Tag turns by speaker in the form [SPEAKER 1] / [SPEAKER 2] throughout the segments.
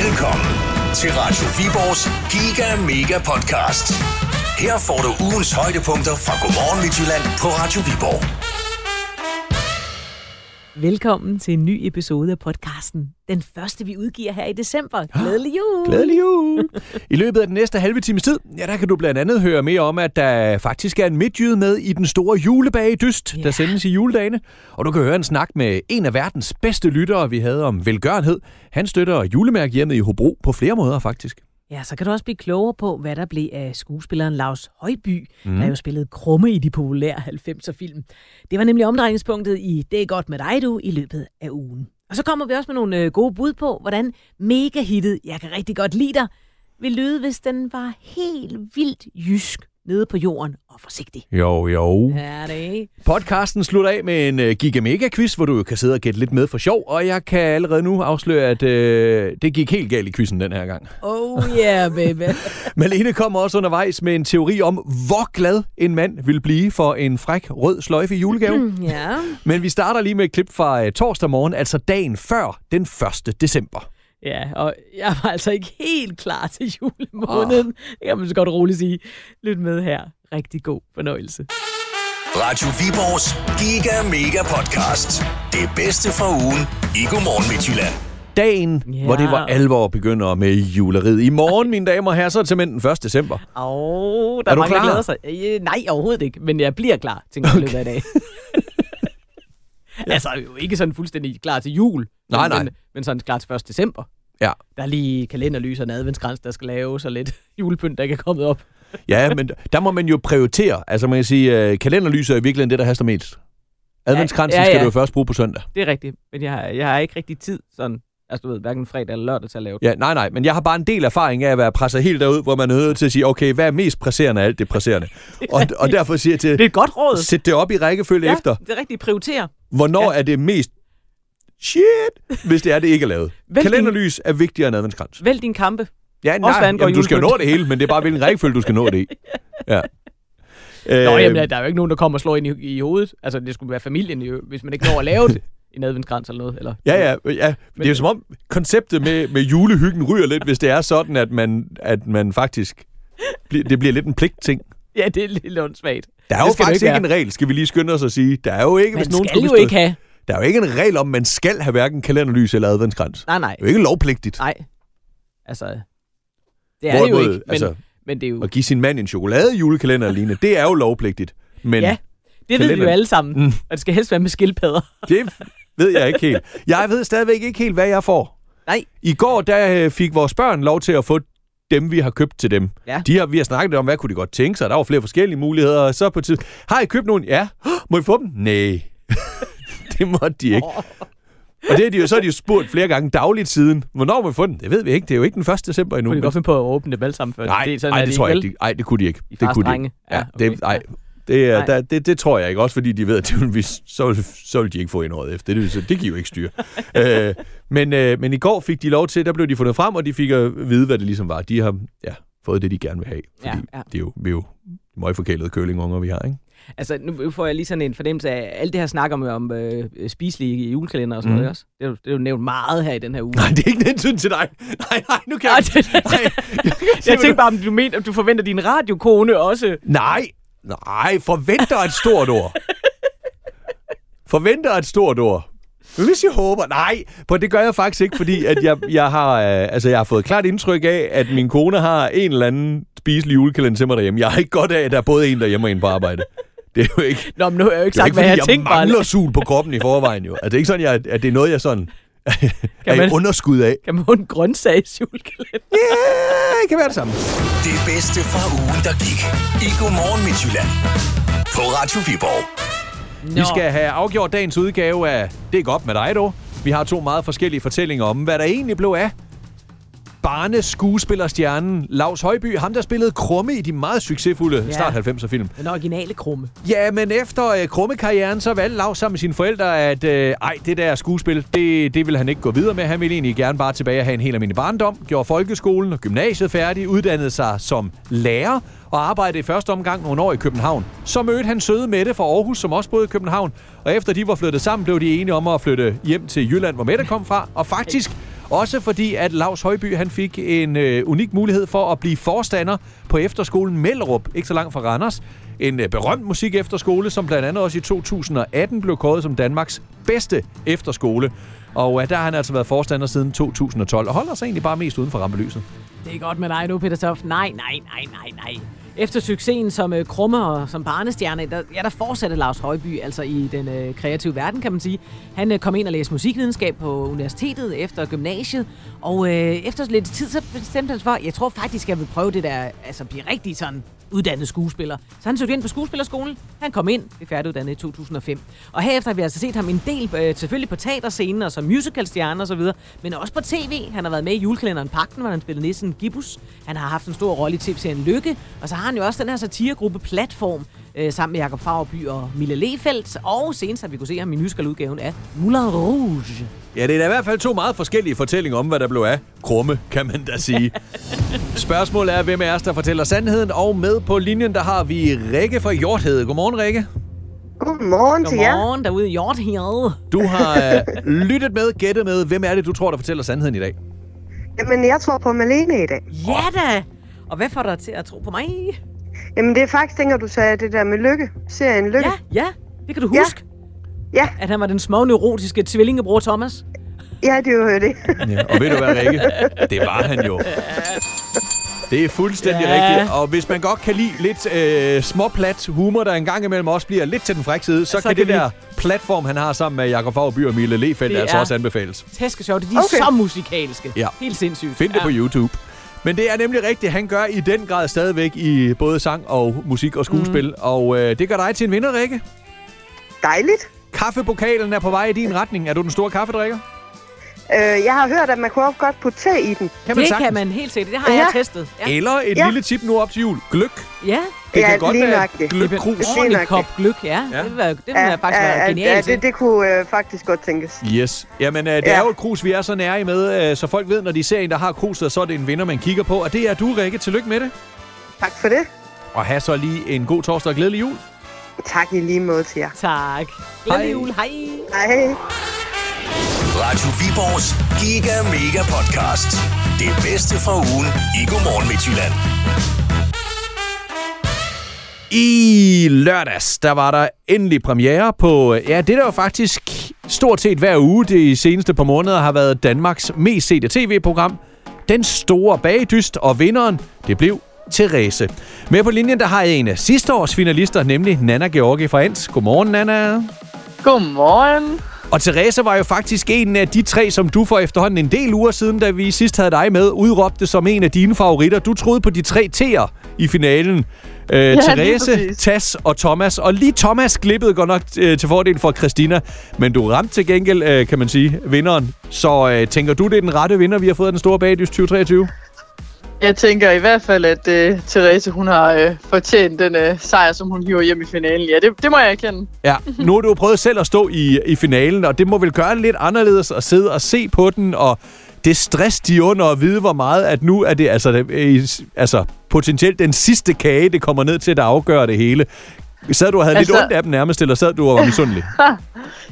[SPEAKER 1] Velkommen til Radio Viborgs Giga Mega Podcast. Her får du ugens højdepunkter fra Godmorgen Midtjylland på Radio Viborg.
[SPEAKER 2] Velkommen til en ny episode af podcasten. Den første, vi udgiver her i december. Glædelig jul!
[SPEAKER 3] Glædelig jul! I løbet af den næste halve times tid, ja, der kan du blandt andet høre mere om, at der faktisk er en midtjyde med i den store julebagedyst, yeah. der sendes i juledagene. Og du kan høre en snak med en af verdens bedste lyttere, vi havde om velgørenhed. Han støtter julemærk hjemme i Hobro på flere måder, faktisk.
[SPEAKER 2] Ja, så kan du også blive klogere på, hvad der blev af skuespilleren Lars Højby, mm. der jo spillede krumme i de populære 90'er-film. Det var nemlig omdrejningspunktet i Det er godt med dig, du, i løbet af ugen. Og så kommer vi også med nogle øh, gode bud på, hvordan megahittet, jeg kan rigtig godt lide dig, vil lyde, hvis den var helt vildt jysk nede på jorden og forsigtig.
[SPEAKER 3] Jo, jo.
[SPEAKER 2] Ja, det er ikke?
[SPEAKER 3] Podcasten slutter af med en øh, gigamega-quiz, hvor du jo kan sidde og gætte lidt med for sjov. Og jeg kan allerede nu afsløre, at øh, det gik helt galt i quizzen den her gang.
[SPEAKER 2] Oh yeah, baby.
[SPEAKER 3] Malene kommer også undervejs med en teori om, hvor glad en mand vil blive for en fræk rød sløjfe i julegave. Mm.
[SPEAKER 2] ja.
[SPEAKER 3] Men vi starter lige med et klip fra øh, torsdag morgen, altså dagen før den 1. december.
[SPEAKER 2] Ja, og jeg var altså ikke helt klar til julemåneden. Oh. Det kan man så godt roligt sige. Lyt med her. Rigtig god fornøjelse.
[SPEAKER 1] Radio Viborgs Giga Mega Podcast. Det bedste fra ugen i Godmorgen Midtjylland.
[SPEAKER 3] Dagen,
[SPEAKER 2] Ja.
[SPEAKER 3] yeah. hvor det var alvor begynder med juleriet. I morgen, mine damer og herrer, så er det simpelthen den 1. december.
[SPEAKER 2] Åh, oh, der
[SPEAKER 3] Er
[SPEAKER 2] er
[SPEAKER 3] du
[SPEAKER 2] mange, der
[SPEAKER 3] klar?
[SPEAKER 2] glæder sig. Øh, nej, overhovedet ikke, men jeg bliver klar, tænker jeg i løbet af i dag. ja. Altså, jeg er jo ikke sådan fuldstændig klar til jul.
[SPEAKER 3] Nej,
[SPEAKER 2] men,
[SPEAKER 3] nej.
[SPEAKER 2] Men, men sådan klar til 1. december.
[SPEAKER 3] Ja.
[SPEAKER 2] Der er lige kalenderlys og en adventskrans, der skal laves, og lidt julepynt, der ikke er kommet op.
[SPEAKER 3] Ja, men der må man jo prioritere. Altså man kan sige, øh, kalenderlyset er i virkeligheden det, der haster mest. Adventskransen
[SPEAKER 2] Ja,
[SPEAKER 3] ja,
[SPEAKER 2] ja,
[SPEAKER 3] ja,
[SPEAKER 2] ja.
[SPEAKER 3] skal du jo først bruge på søndag.
[SPEAKER 2] Det er rigtigt, men jeg har, jeg har ikke rigtig tid sådan, altså du ved, hverken fredag eller lørdag til at lave det.
[SPEAKER 3] Ja, nej, nej, men jeg har bare en del erfaring af at være presset helt derud, hvor man er nødt til at sige, okay, hvad er mest presserende af alt det presserende? Og, og derfor siger jeg
[SPEAKER 2] Det er
[SPEAKER 3] til,
[SPEAKER 2] et godt råd.
[SPEAKER 3] sæt det op i rækkefølge ja. efter.
[SPEAKER 2] det er rigtigt. Prioritere.
[SPEAKER 3] Hvornår ja. er det mest shit, hvis det er, det ikke er lavet?
[SPEAKER 2] Vælg din-
[SPEAKER 3] Kalenderlys er vigtigere end adventskrans.
[SPEAKER 2] Vælg din kampe.
[SPEAKER 3] Ja,
[SPEAKER 2] hvad
[SPEAKER 3] nej,
[SPEAKER 2] angår
[SPEAKER 3] jamen, du skal jo nå
[SPEAKER 2] julepynt.
[SPEAKER 3] det hele, men det er bare, hvilken rækkefølge du skal nå det i. Ja.
[SPEAKER 2] Nå,
[SPEAKER 3] Øh,
[SPEAKER 2] jamen, der er jo ikke nogen, der kommer og slår ind i, i hovedet. Altså, det skulle være familien, jo, hvis man ikke når at lave det. En adventskrans eller noget. Eller,
[SPEAKER 3] Ja, ja, ja. Det er jo som om konceptet med, med julehyggen ryger lidt, hvis det er sådan, at man, at man faktisk... bliver- Det bliver lidt en pligtting.
[SPEAKER 2] ja det er lidt åndssvagt.
[SPEAKER 3] Der er
[SPEAKER 2] Det
[SPEAKER 3] jo
[SPEAKER 2] skal det
[SPEAKER 3] faktisk
[SPEAKER 2] ikke
[SPEAKER 3] ikke en regel, skal vi lige skynde os at sige. Der er jo ikke,
[SPEAKER 2] Man
[SPEAKER 3] hvis nogen
[SPEAKER 2] skal
[SPEAKER 3] skulle
[SPEAKER 2] jo
[SPEAKER 3] bestå-
[SPEAKER 2] ikke have.
[SPEAKER 3] Der er jo ikke en regel om, at man skal have hverken kalenderlys eller adventskrans. Det
[SPEAKER 2] Nej, nej.
[SPEAKER 3] er jo ikke lovpligtigt
[SPEAKER 2] Nej. Altså, det er det jo
[SPEAKER 3] Hvorimod,
[SPEAKER 2] ikke. Men,
[SPEAKER 3] altså-
[SPEAKER 2] men det er jo...
[SPEAKER 3] at give sin mand en chokolade i julekalender alene. Det er jo lovpligtigt. Men
[SPEAKER 2] Ja,
[SPEAKER 3] ja.
[SPEAKER 2] det ved vi jo
[SPEAKER 3] kalenderen.
[SPEAKER 2] alle sammen. Mm. Og det skal helst være med skildpadder.
[SPEAKER 3] det ved jeg ikke helt. Jeg ved stadigvæk ikke helt, hvad jeg får.
[SPEAKER 2] Nej.
[SPEAKER 3] I går der øh, fik vores børn lov til at få dem, vi har købt til dem.
[SPEAKER 2] Ja.
[SPEAKER 3] De har, vi har snakket om, hvad kunne de godt tænke sig. Der var flere forskellige muligheder. Og så på tid. Har I købt nogen? Ja. "Hå, Må I få dem? Nej. det måtte de ikke. Og det er de jo, så har de jo spurgt flere gange dagligt siden. Hvornår må vi få dem? Det ved vi ikke. Det er jo ikke den 1. december endnu.
[SPEAKER 2] Kunne de
[SPEAKER 3] men-
[SPEAKER 2] godt finde på at åbne det balsam før?
[SPEAKER 3] Nej,
[SPEAKER 2] det,
[SPEAKER 3] det, ej,
[SPEAKER 2] er
[SPEAKER 3] det, tror jeg
[SPEAKER 2] vel?
[SPEAKER 3] ikke. de- Ej, det kunne de ikke.
[SPEAKER 2] I
[SPEAKER 3] det kunne de
[SPEAKER 2] farstrenge.
[SPEAKER 3] ikke.
[SPEAKER 2] Ja,
[SPEAKER 3] Ja, det,
[SPEAKER 2] okay.
[SPEAKER 3] ej, det,
[SPEAKER 2] Nej.
[SPEAKER 3] er, der, det, det tror jeg ikke. Også fordi de ved, at det vil vi, så, vil- så vil de ikke få indåret efter. Det, vil sige, det giver jo ikke styr. øh, men, øh, men i går fik de lov til, der blev de fundet frem, og de fik at vide, hvad det ligesom var. De har ja, fået det, de gerne vil have.
[SPEAKER 2] Ja,
[SPEAKER 3] Fordi ja,
[SPEAKER 2] ja.
[SPEAKER 3] ja. det er jo, vi er jo møgforkælede curlingunger, vi har, ikke?
[SPEAKER 2] Altså, nu får jeg lige sådan en fornemmelse af, alt det her snak om, om øh, spiselige julekalender og sådan mm.
[SPEAKER 3] Mm.
[SPEAKER 2] noget, ikke også? Det er, jo, det er jo nævnt meget her i den her uge.
[SPEAKER 3] Nej, det er ikke den tynd til dig. Nej, nej, nu kan
[SPEAKER 2] Ej,
[SPEAKER 3] jeg...
[SPEAKER 2] det-
[SPEAKER 3] Nej,
[SPEAKER 2] jeg tænkte bare, om du, mener, om du forventer din radiokone også.
[SPEAKER 3] Nej, nej, forventer et stort ord. Forventer et stort ord. Hvis jeg håber, nej, på det gør jeg faktisk ikke, fordi at jeg, jeg, har, øh, altså, jeg har fået klart indtryk af, at min kone har en eller anden spiselig julekalender til mig derhjemme. Jeg har ikke godt af, at der er både en derhjemme og en på arbejde. Det er jo ikke, det
[SPEAKER 2] Nå, men nu har jeg jo ikke
[SPEAKER 3] er jo
[SPEAKER 2] sagt,
[SPEAKER 3] ikke
[SPEAKER 2] hvad
[SPEAKER 3] fordi,
[SPEAKER 2] jeg,
[SPEAKER 3] jeg
[SPEAKER 2] tænkte bare.
[SPEAKER 3] mangler sul på kroppen i forvejen. Jo. Altså, det er ikke sådan, jeg, at det er noget, jeg sådan er
[SPEAKER 2] man-
[SPEAKER 3] i underskud af.
[SPEAKER 2] Kan man få en grøntsagsjulekalender?
[SPEAKER 3] Ja, det kan være det samme.
[SPEAKER 1] Det bedste fra ugen, der gik i Godmorgen Midtjylland. På Radio Viborg.
[SPEAKER 3] Vi skal have afgjort dagens udgave af Det er godt med dig, dog. Vi har to meget forskellige fortællinger om, hvad der egentlig blev af barneskuespillerstjernen Lars Højby, ham der spillede Krumme i de meget succesfulde
[SPEAKER 2] Ja.
[SPEAKER 3] ja. start 90'er film.
[SPEAKER 2] Den originale krumme.
[SPEAKER 3] Ja, men efter øh, Krumme-karrieren, så valgte Lars sammen med sine forældre, at øh, ej, det der skuespil, det, det ville han ikke gå videre med. Han ville egentlig gerne bare tilbage og have en helt almindelig barndom, gjorde folkeskolen og gymnasiet færdig, uddannede sig som lærer og arbejdede i første omgang nogle år i København. Så mødte han søde Mette fra Aarhus, som også boede i København, og efter de var flyttet sammen, blev de enige om at flytte hjem til Jylland, hvor Mette kom fra, og faktisk Også fordi, at Lars Højby han fik en øh, unik mulighed for at blive forstander på efterskolen Mellerup, ikke så langt fra Randers. En øh, berømt musik efterskole, som blandt andet også i 2018 blev kåret som Danmarks bedste efterskole. Og øh, der har han altså været forstander siden 2012, og holder sig egentlig bare mest uden for rampelyset.
[SPEAKER 2] Det er godt med dig nu, Peter Toft. Nej, nej, nej, nej, nej. Efter succesen som øh, krumme og som barnestjerne, der, ja, der fortsatte Lars Højby altså i den øh, kreative verden, kan man sige. Han øh, kom ind og læste musikvidenskab på universitetet efter gymnasiet, og øh, efter lidt tid, så bestemte han sig for, jeg tror faktisk, jeg vil prøve det der, altså blive rigtig sådan uddannet skuespiller. Så han søgte ind på skuespillerskolen. Han kom ind, blev færdiguddannet i 2005. Og herefter har vi altså set ham en del, øh, selvfølgelig på teaterscenen og som musicalstjerne og så videre, men også på tv. Han har været med i julekalenderen Pakten, hvor han spillede nissen Gibbus. Han har haft en stor rolle i tv-serien Lykke, og så har han jo også den her satiregruppe Platform, øh, sammen med Jakob Fagerby og Mille Lefeldt, og senest har vi kunne se ham i musicaludgaven af Moulin Rouge.
[SPEAKER 3] Ja, det er da i hvert fald to meget forskellige fortællinger om, hvad der blev af krumme, kan man da sige. Spørgsmålet er, hvem af os, der fortæller sandheden, og med på linjen, der har vi Rikke fra Hjorthede. Godmorgen, Rikke.
[SPEAKER 4] Godmorgen til jer.
[SPEAKER 2] Godmorgen derude i Hjorthed.
[SPEAKER 3] Du har øh, lyttet med, gættet med. Hvem er det, du tror, der fortæller sandheden i dag?
[SPEAKER 4] Jamen, jeg tror på Malene i dag.
[SPEAKER 2] Ja da! Og hvad får dig til at tro på mig?
[SPEAKER 4] Jamen, det er faktisk, tænker du sagde, det der med lykke. Serien Lykke.
[SPEAKER 2] Ja, ja, det kan du
[SPEAKER 4] Ja.
[SPEAKER 2] huske.
[SPEAKER 4] Ja,
[SPEAKER 2] at han var den små neurotiske tvillingebror Thomas.
[SPEAKER 4] ja, det er jo øh, det.
[SPEAKER 3] Ja, og ved du hvad, Rikke? Det var han jo. Det er fuldstændig
[SPEAKER 2] Ja.
[SPEAKER 3] ja. rigtigt. Og hvis man godt kan lide lidt øh, småplat humor, der engang imellem også bliver lidt til den frække side, så, så kan,
[SPEAKER 2] kan
[SPEAKER 3] det
[SPEAKER 2] vi-
[SPEAKER 3] der platform, han har sammen med Jakob Fagerby og Mille Lefeldt,
[SPEAKER 2] Det
[SPEAKER 3] altså
[SPEAKER 2] er-
[SPEAKER 3] også anbefales.
[SPEAKER 2] Tæske sjovt, de er
[SPEAKER 4] Okay.
[SPEAKER 2] så musikalske.
[SPEAKER 3] Ja.
[SPEAKER 2] Helt sindssygt.
[SPEAKER 3] Find det ja. på YouTube. Men det er nemlig rigtigt, han gør i den grad stadigvæk i både sang og musik og skuespil. Mm. Og øh, det gør dig til en vinder, Rikke.
[SPEAKER 4] Dejligt.
[SPEAKER 3] Kaffepokalen er på vej i din retning. Er du den store kaffedrikker?
[SPEAKER 4] Øh, jeg har hørt, at man kunne også godt putte te i den.
[SPEAKER 3] Kan
[SPEAKER 2] det
[SPEAKER 3] sagtens.
[SPEAKER 2] kan man helt sikkert. Det har
[SPEAKER 4] Ja.
[SPEAKER 2] jeg testet. Ja.
[SPEAKER 3] Eller et ja.
[SPEAKER 4] Ja.
[SPEAKER 3] lille tip nu op til jul. Gløk.
[SPEAKER 2] ja.
[SPEAKER 3] Det
[SPEAKER 4] Ja,
[SPEAKER 3] kan godt
[SPEAKER 4] lige
[SPEAKER 3] være et
[SPEAKER 4] nøjagtigt.
[SPEAKER 3] gløkkrus.
[SPEAKER 4] Det er
[SPEAKER 2] Ordentlig
[SPEAKER 4] nok
[SPEAKER 2] kop gløk, ja.
[SPEAKER 3] Ja.
[SPEAKER 2] ja. Det, var, det ville ja. faktisk
[SPEAKER 4] ja,
[SPEAKER 2] være genialt.
[SPEAKER 4] ja, det, det kunne øh, faktisk godt tænkes.
[SPEAKER 3] Yes. Jamen, øh, det ja.
[SPEAKER 4] Ja.
[SPEAKER 3] er jo et krus, vi er så nære i med, øh, så folk ved, når de ser en, der har kruset, så er det en vinder, man kigger på. Og det er du, Rikke. Tillykke med det.
[SPEAKER 4] Tak for det.
[SPEAKER 3] Og have så lige en god torsdag og glædelig jul.
[SPEAKER 4] Tak i lige måde til jer.
[SPEAKER 2] Tak. Glædelig jul. Hej.
[SPEAKER 4] Hej.
[SPEAKER 1] Radio Viborgs Giga Mega Podcast. Det bedste fra ugen i Godmorgen Midtjylland.
[SPEAKER 3] I lørdags, der var der endelig premiere på, øh, ja, det der jo faktisk stort set hver uge de seneste par måneder har været Danmarks mest sete tv-program, Den Store Bagdyst, og vinderen, det blev Therese. Med på linjen, der har jeg en af sidste års finalister, nemlig Nana Georgi fra Ans. Godmorgen, Nana.
[SPEAKER 5] Godmorgen.
[SPEAKER 3] Og Therese var jo faktisk en af de tre, som du for efterhånden en del uger siden, da vi sidst havde dig med, udråbte som en af dine favoritter. Du troede på de tre T'er i finalen. Øh, ja, Therese,
[SPEAKER 5] præcis.
[SPEAKER 3] Tas og Thomas. Og lige Thomas glippede godt nok øh, til fordel for Christina. Men du ramte til gengæld, øh, kan man sige, vinderen. Så øh, tænker du, det er den rette vinder, vi har fået af den store bagdyst 2023?
[SPEAKER 5] Jeg tænker i hvert fald, at øh, Therese hun har øh, fortjent den øh, sejr, som hun hiver hjem i finalen. Ja, det, det må jeg erkende.
[SPEAKER 3] Ja, nu har du jo prøvet selv at stå i, i finalen, og det må vel gøre det lidt anderledes at sidde og se på den, og det stress, de er under at vide, hvor meget, at nu er det altså, det- øh, altså potentielt den sidste kage, det kommer ned til, der afgør det hele. Sad du og havde altså... lidt
[SPEAKER 5] Altså-
[SPEAKER 3] ondt af dem nærmest, eller sad du og var misundelig?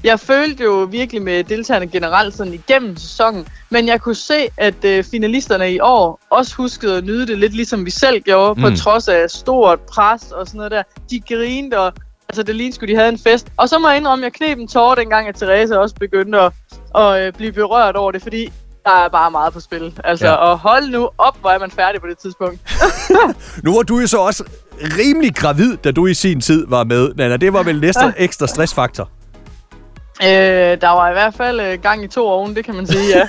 [SPEAKER 5] Jeg følte jo virkelig med deltagerne generelt sådan igennem sæsonen, men jeg kunne se, at øh, finalisterne i år også huskede at nyde det lidt, ligesom vi selv gjorde, mm. på
[SPEAKER 3] Mm.
[SPEAKER 5] trods af stort pres og sådan noget der. De grinede, og altså, det lignede sgu, de havde en fest. Og så må jeg indrømme, at jeg kneb en tårer dengang, at Therese også begyndte at, at øh, blive berørt over det, fordi der er bare meget på spil. Altså,
[SPEAKER 3] Ja.
[SPEAKER 5] ja. og hold nu op, hvor er man færdig på det tidspunkt.
[SPEAKER 3] Nu var du jo så også rimelig gravid, da du i sin tid var med, Nana. Det var vel næsten ekstra stressfaktor.
[SPEAKER 5] Øh, der var i hvert fald øh, gang i to oven, det kan man sige, ja.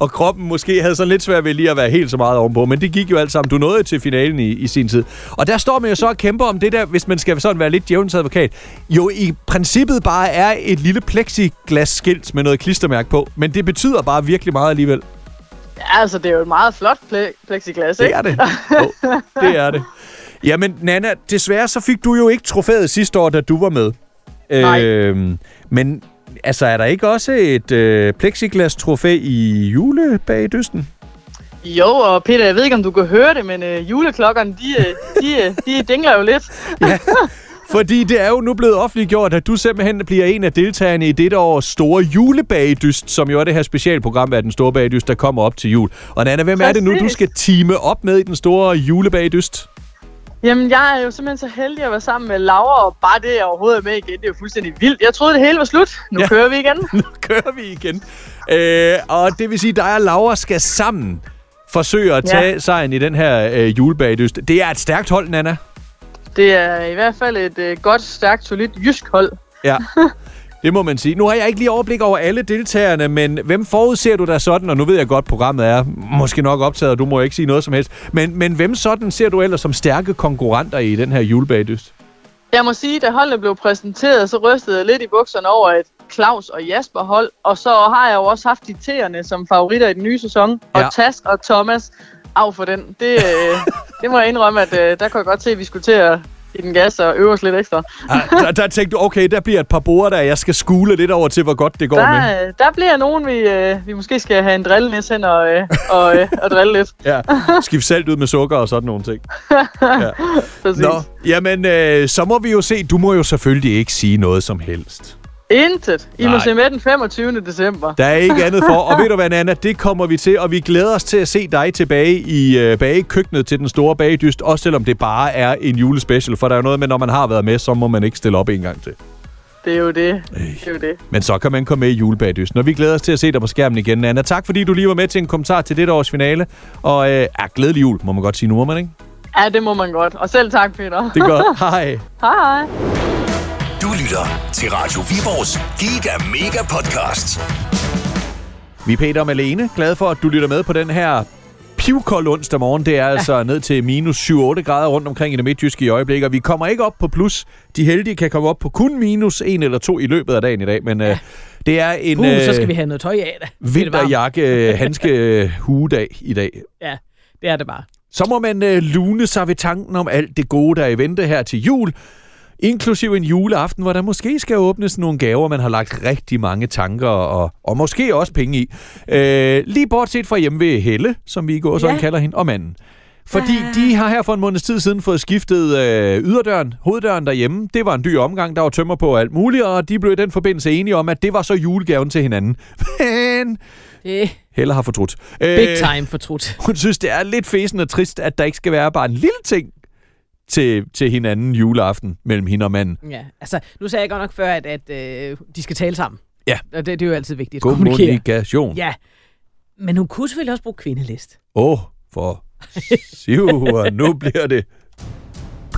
[SPEAKER 3] Og kroppen måske havde sådan lidt svært ved lige at være helt så meget ovenpå, men det gik jo alt sammen. Du nåede til finalen i, i sin tid. Og der står man jo så og kæmper om det der, hvis man skal sådan være lidt djævnens advokat, jo i princippet bare er et lille plexiglas skilt med noget klistermærke på, men det betyder bare virkelig meget alligevel.
[SPEAKER 5] ja altså, det er jo et meget flot ple- plexiglas,
[SPEAKER 3] Det
[SPEAKER 5] ikke?
[SPEAKER 3] er det. Jo, det er det. Jamen, Nana, desværre så fik du jo ikke trofæet sidste år, da du var med.
[SPEAKER 5] Nej.
[SPEAKER 3] Øhm, men altså, er der ikke også et øh, plexiglas-trofæ i julebagdysten?
[SPEAKER 5] Jo, og Peter, jeg ved ikke, om du kan høre det, men øh, juleklokkerne, de, øh, de, øh, de dingler jo lidt.
[SPEAKER 3] Fordi det er jo nu blevet offentliggjort, at du simpelthen bliver en af deltagerne i dette års store julebagedyst, som jo er det her specialprogram af den store bagedyst, der kommer op til jul. Og Nana, hvem er det nu, du
[SPEAKER 5] Præcis.
[SPEAKER 3] skal time op med i den store julebagedyst?
[SPEAKER 5] Jamen, jeg er jo simpelthen så heldig at være sammen med Laura, og bare det, jeg overhovedet er med igen, det er jo fuldstændig vildt. Jeg troede, det hele var slut. Nu
[SPEAKER 3] Ja.
[SPEAKER 5] ja. kører vi igen.
[SPEAKER 3] Nu kører vi igen. Øh, og det vil sige, at dig og Laura skal sammen forsøge at
[SPEAKER 5] Ja.
[SPEAKER 3] tage sejren i den her øh, julebagedyst. Det er et stærkt hold, Nana.
[SPEAKER 5] Det er i hvert fald et øh, godt, stærkt, solidt jysk hold.
[SPEAKER 3] Ja, det må man sige. Nu har jeg ikke lige overblik over alle deltagerne, men hvem forudser du der sådan, og nu ved jeg godt, programmet er måske nok optaget, og du må ikke sige noget som helst, men, men hvem sådan ser du ellers som stærke konkurrenter i den her julebagedyst?
[SPEAKER 5] Jeg må sige, da holdene blev præsenteret, så rystede jeg lidt i bukserne over et Claus og Jasper hold. Og så har jeg jo også haft dikterne som favoritter i den nye sæson. Og
[SPEAKER 3] Ja.
[SPEAKER 5] Task og Thomas, af for den. Det, øh, det må jeg indrømme, at øh, der kunne jeg godt se, at vi skulle til at give den gas og øve os lidt ekstra.
[SPEAKER 3] Ah, der, der tænkte du, okay, der bliver et par borer der, jeg skal skule lidt over til, hvor godt det går med.
[SPEAKER 5] Der, øh, der bliver nogen, vi, øh, vi måske skal have en drillenis hen og, øh, og, øh, og drille lidt.
[SPEAKER 3] Ja, skift salt ud med sukker og sådan nogle ting.
[SPEAKER 5] Præcis.
[SPEAKER 3] Nå, jamen, øh, så må vi jo se. Du må jo selvfølgelig ikke sige noget som helst.
[SPEAKER 5] Intet. I
[SPEAKER 3] Nej.
[SPEAKER 5] må se med den 25. december.
[SPEAKER 3] Der er ikke andet for. Og ved du hvad, Nana, det kommer vi til, og vi glæder os til at se dig tilbage i øh, bagekøkkenet til den store bagedyst, også selvom det bare er en julespecial, for der er jo noget med, når man har været med, så må man ikke stille op en gang til.
[SPEAKER 5] Det er jo det. Det er jo det.
[SPEAKER 3] Men så kan man komme med i julebagedysten, og vi glæder os til at se dig på skærmen igen, Nana. Tak fordi du lige var med til en kommentar til dette års finale, og øh, er glædelig jul, må man godt sige nu, må man ikke?
[SPEAKER 5] Ja, det må man godt. Og selv tak, Peter.
[SPEAKER 3] Det er godt. Hej.
[SPEAKER 5] Hej.
[SPEAKER 1] Du lytter til Radio Viborgs Giga Mega Podcast.
[SPEAKER 3] Vi er Peter og Malene. Glade for, at du lytter med på den her pivkold onsdag morgen. Det er altså ned til minus 7-8 grader rundt omkring i det midtjyske i øjeblikket. Og vi kommer ikke op på plus. De heldige kan komme op på kun minus 1 eller 2 i løbet af dagen i dag. Men øh, det er en
[SPEAKER 2] Uh, så skal vi
[SPEAKER 3] øh,
[SPEAKER 2] have noget tøj af da. Det er det varmt.
[SPEAKER 3] vinterjakke, øh, handske, hugedag i dag.
[SPEAKER 2] Ja, det er det bare.
[SPEAKER 3] Så må man øh, lune sig ved tanken om alt det gode, der er i vente her til jul. Inklusiv en juleaften, hvor der måske skal åbnes nogle gaver, man har lagt rigtig mange tanker og, og måske også penge i. Øh, lige bortset fra hjemme ved Helle, som vi i går sådan
[SPEAKER 2] Ja.
[SPEAKER 3] kalder hende, og manden. Fordi de har her for en måneds tid siden fået skiftet øh, yderdøren, hoveddøren derhjemme. Det var en dyr omgang, der var tømmer på og alt muligt, og de blev i den forbindelse enige om, at det var så julegaven til hinanden. Men
[SPEAKER 2] Det er
[SPEAKER 3] Helle har fortrudt. Øh,
[SPEAKER 2] big time fortrudt.
[SPEAKER 3] hun synes, det er lidt fesen og trist, at der ikke skal være bare en lille ting til, til hinanden juleaften mellem hende og manden.
[SPEAKER 2] Ja, altså, nu sagde jeg godt nok før, at, at øh, de skal tale sammen.
[SPEAKER 3] Ja.
[SPEAKER 2] Og det, det er jo altid vigtigt. at kommunikere.
[SPEAKER 3] Kommunikation. Åh,
[SPEAKER 2] Ja. Men hun kunne selvfølgelig også bruge kvindelist.
[SPEAKER 3] ja. oh, for sivur, nu bliver det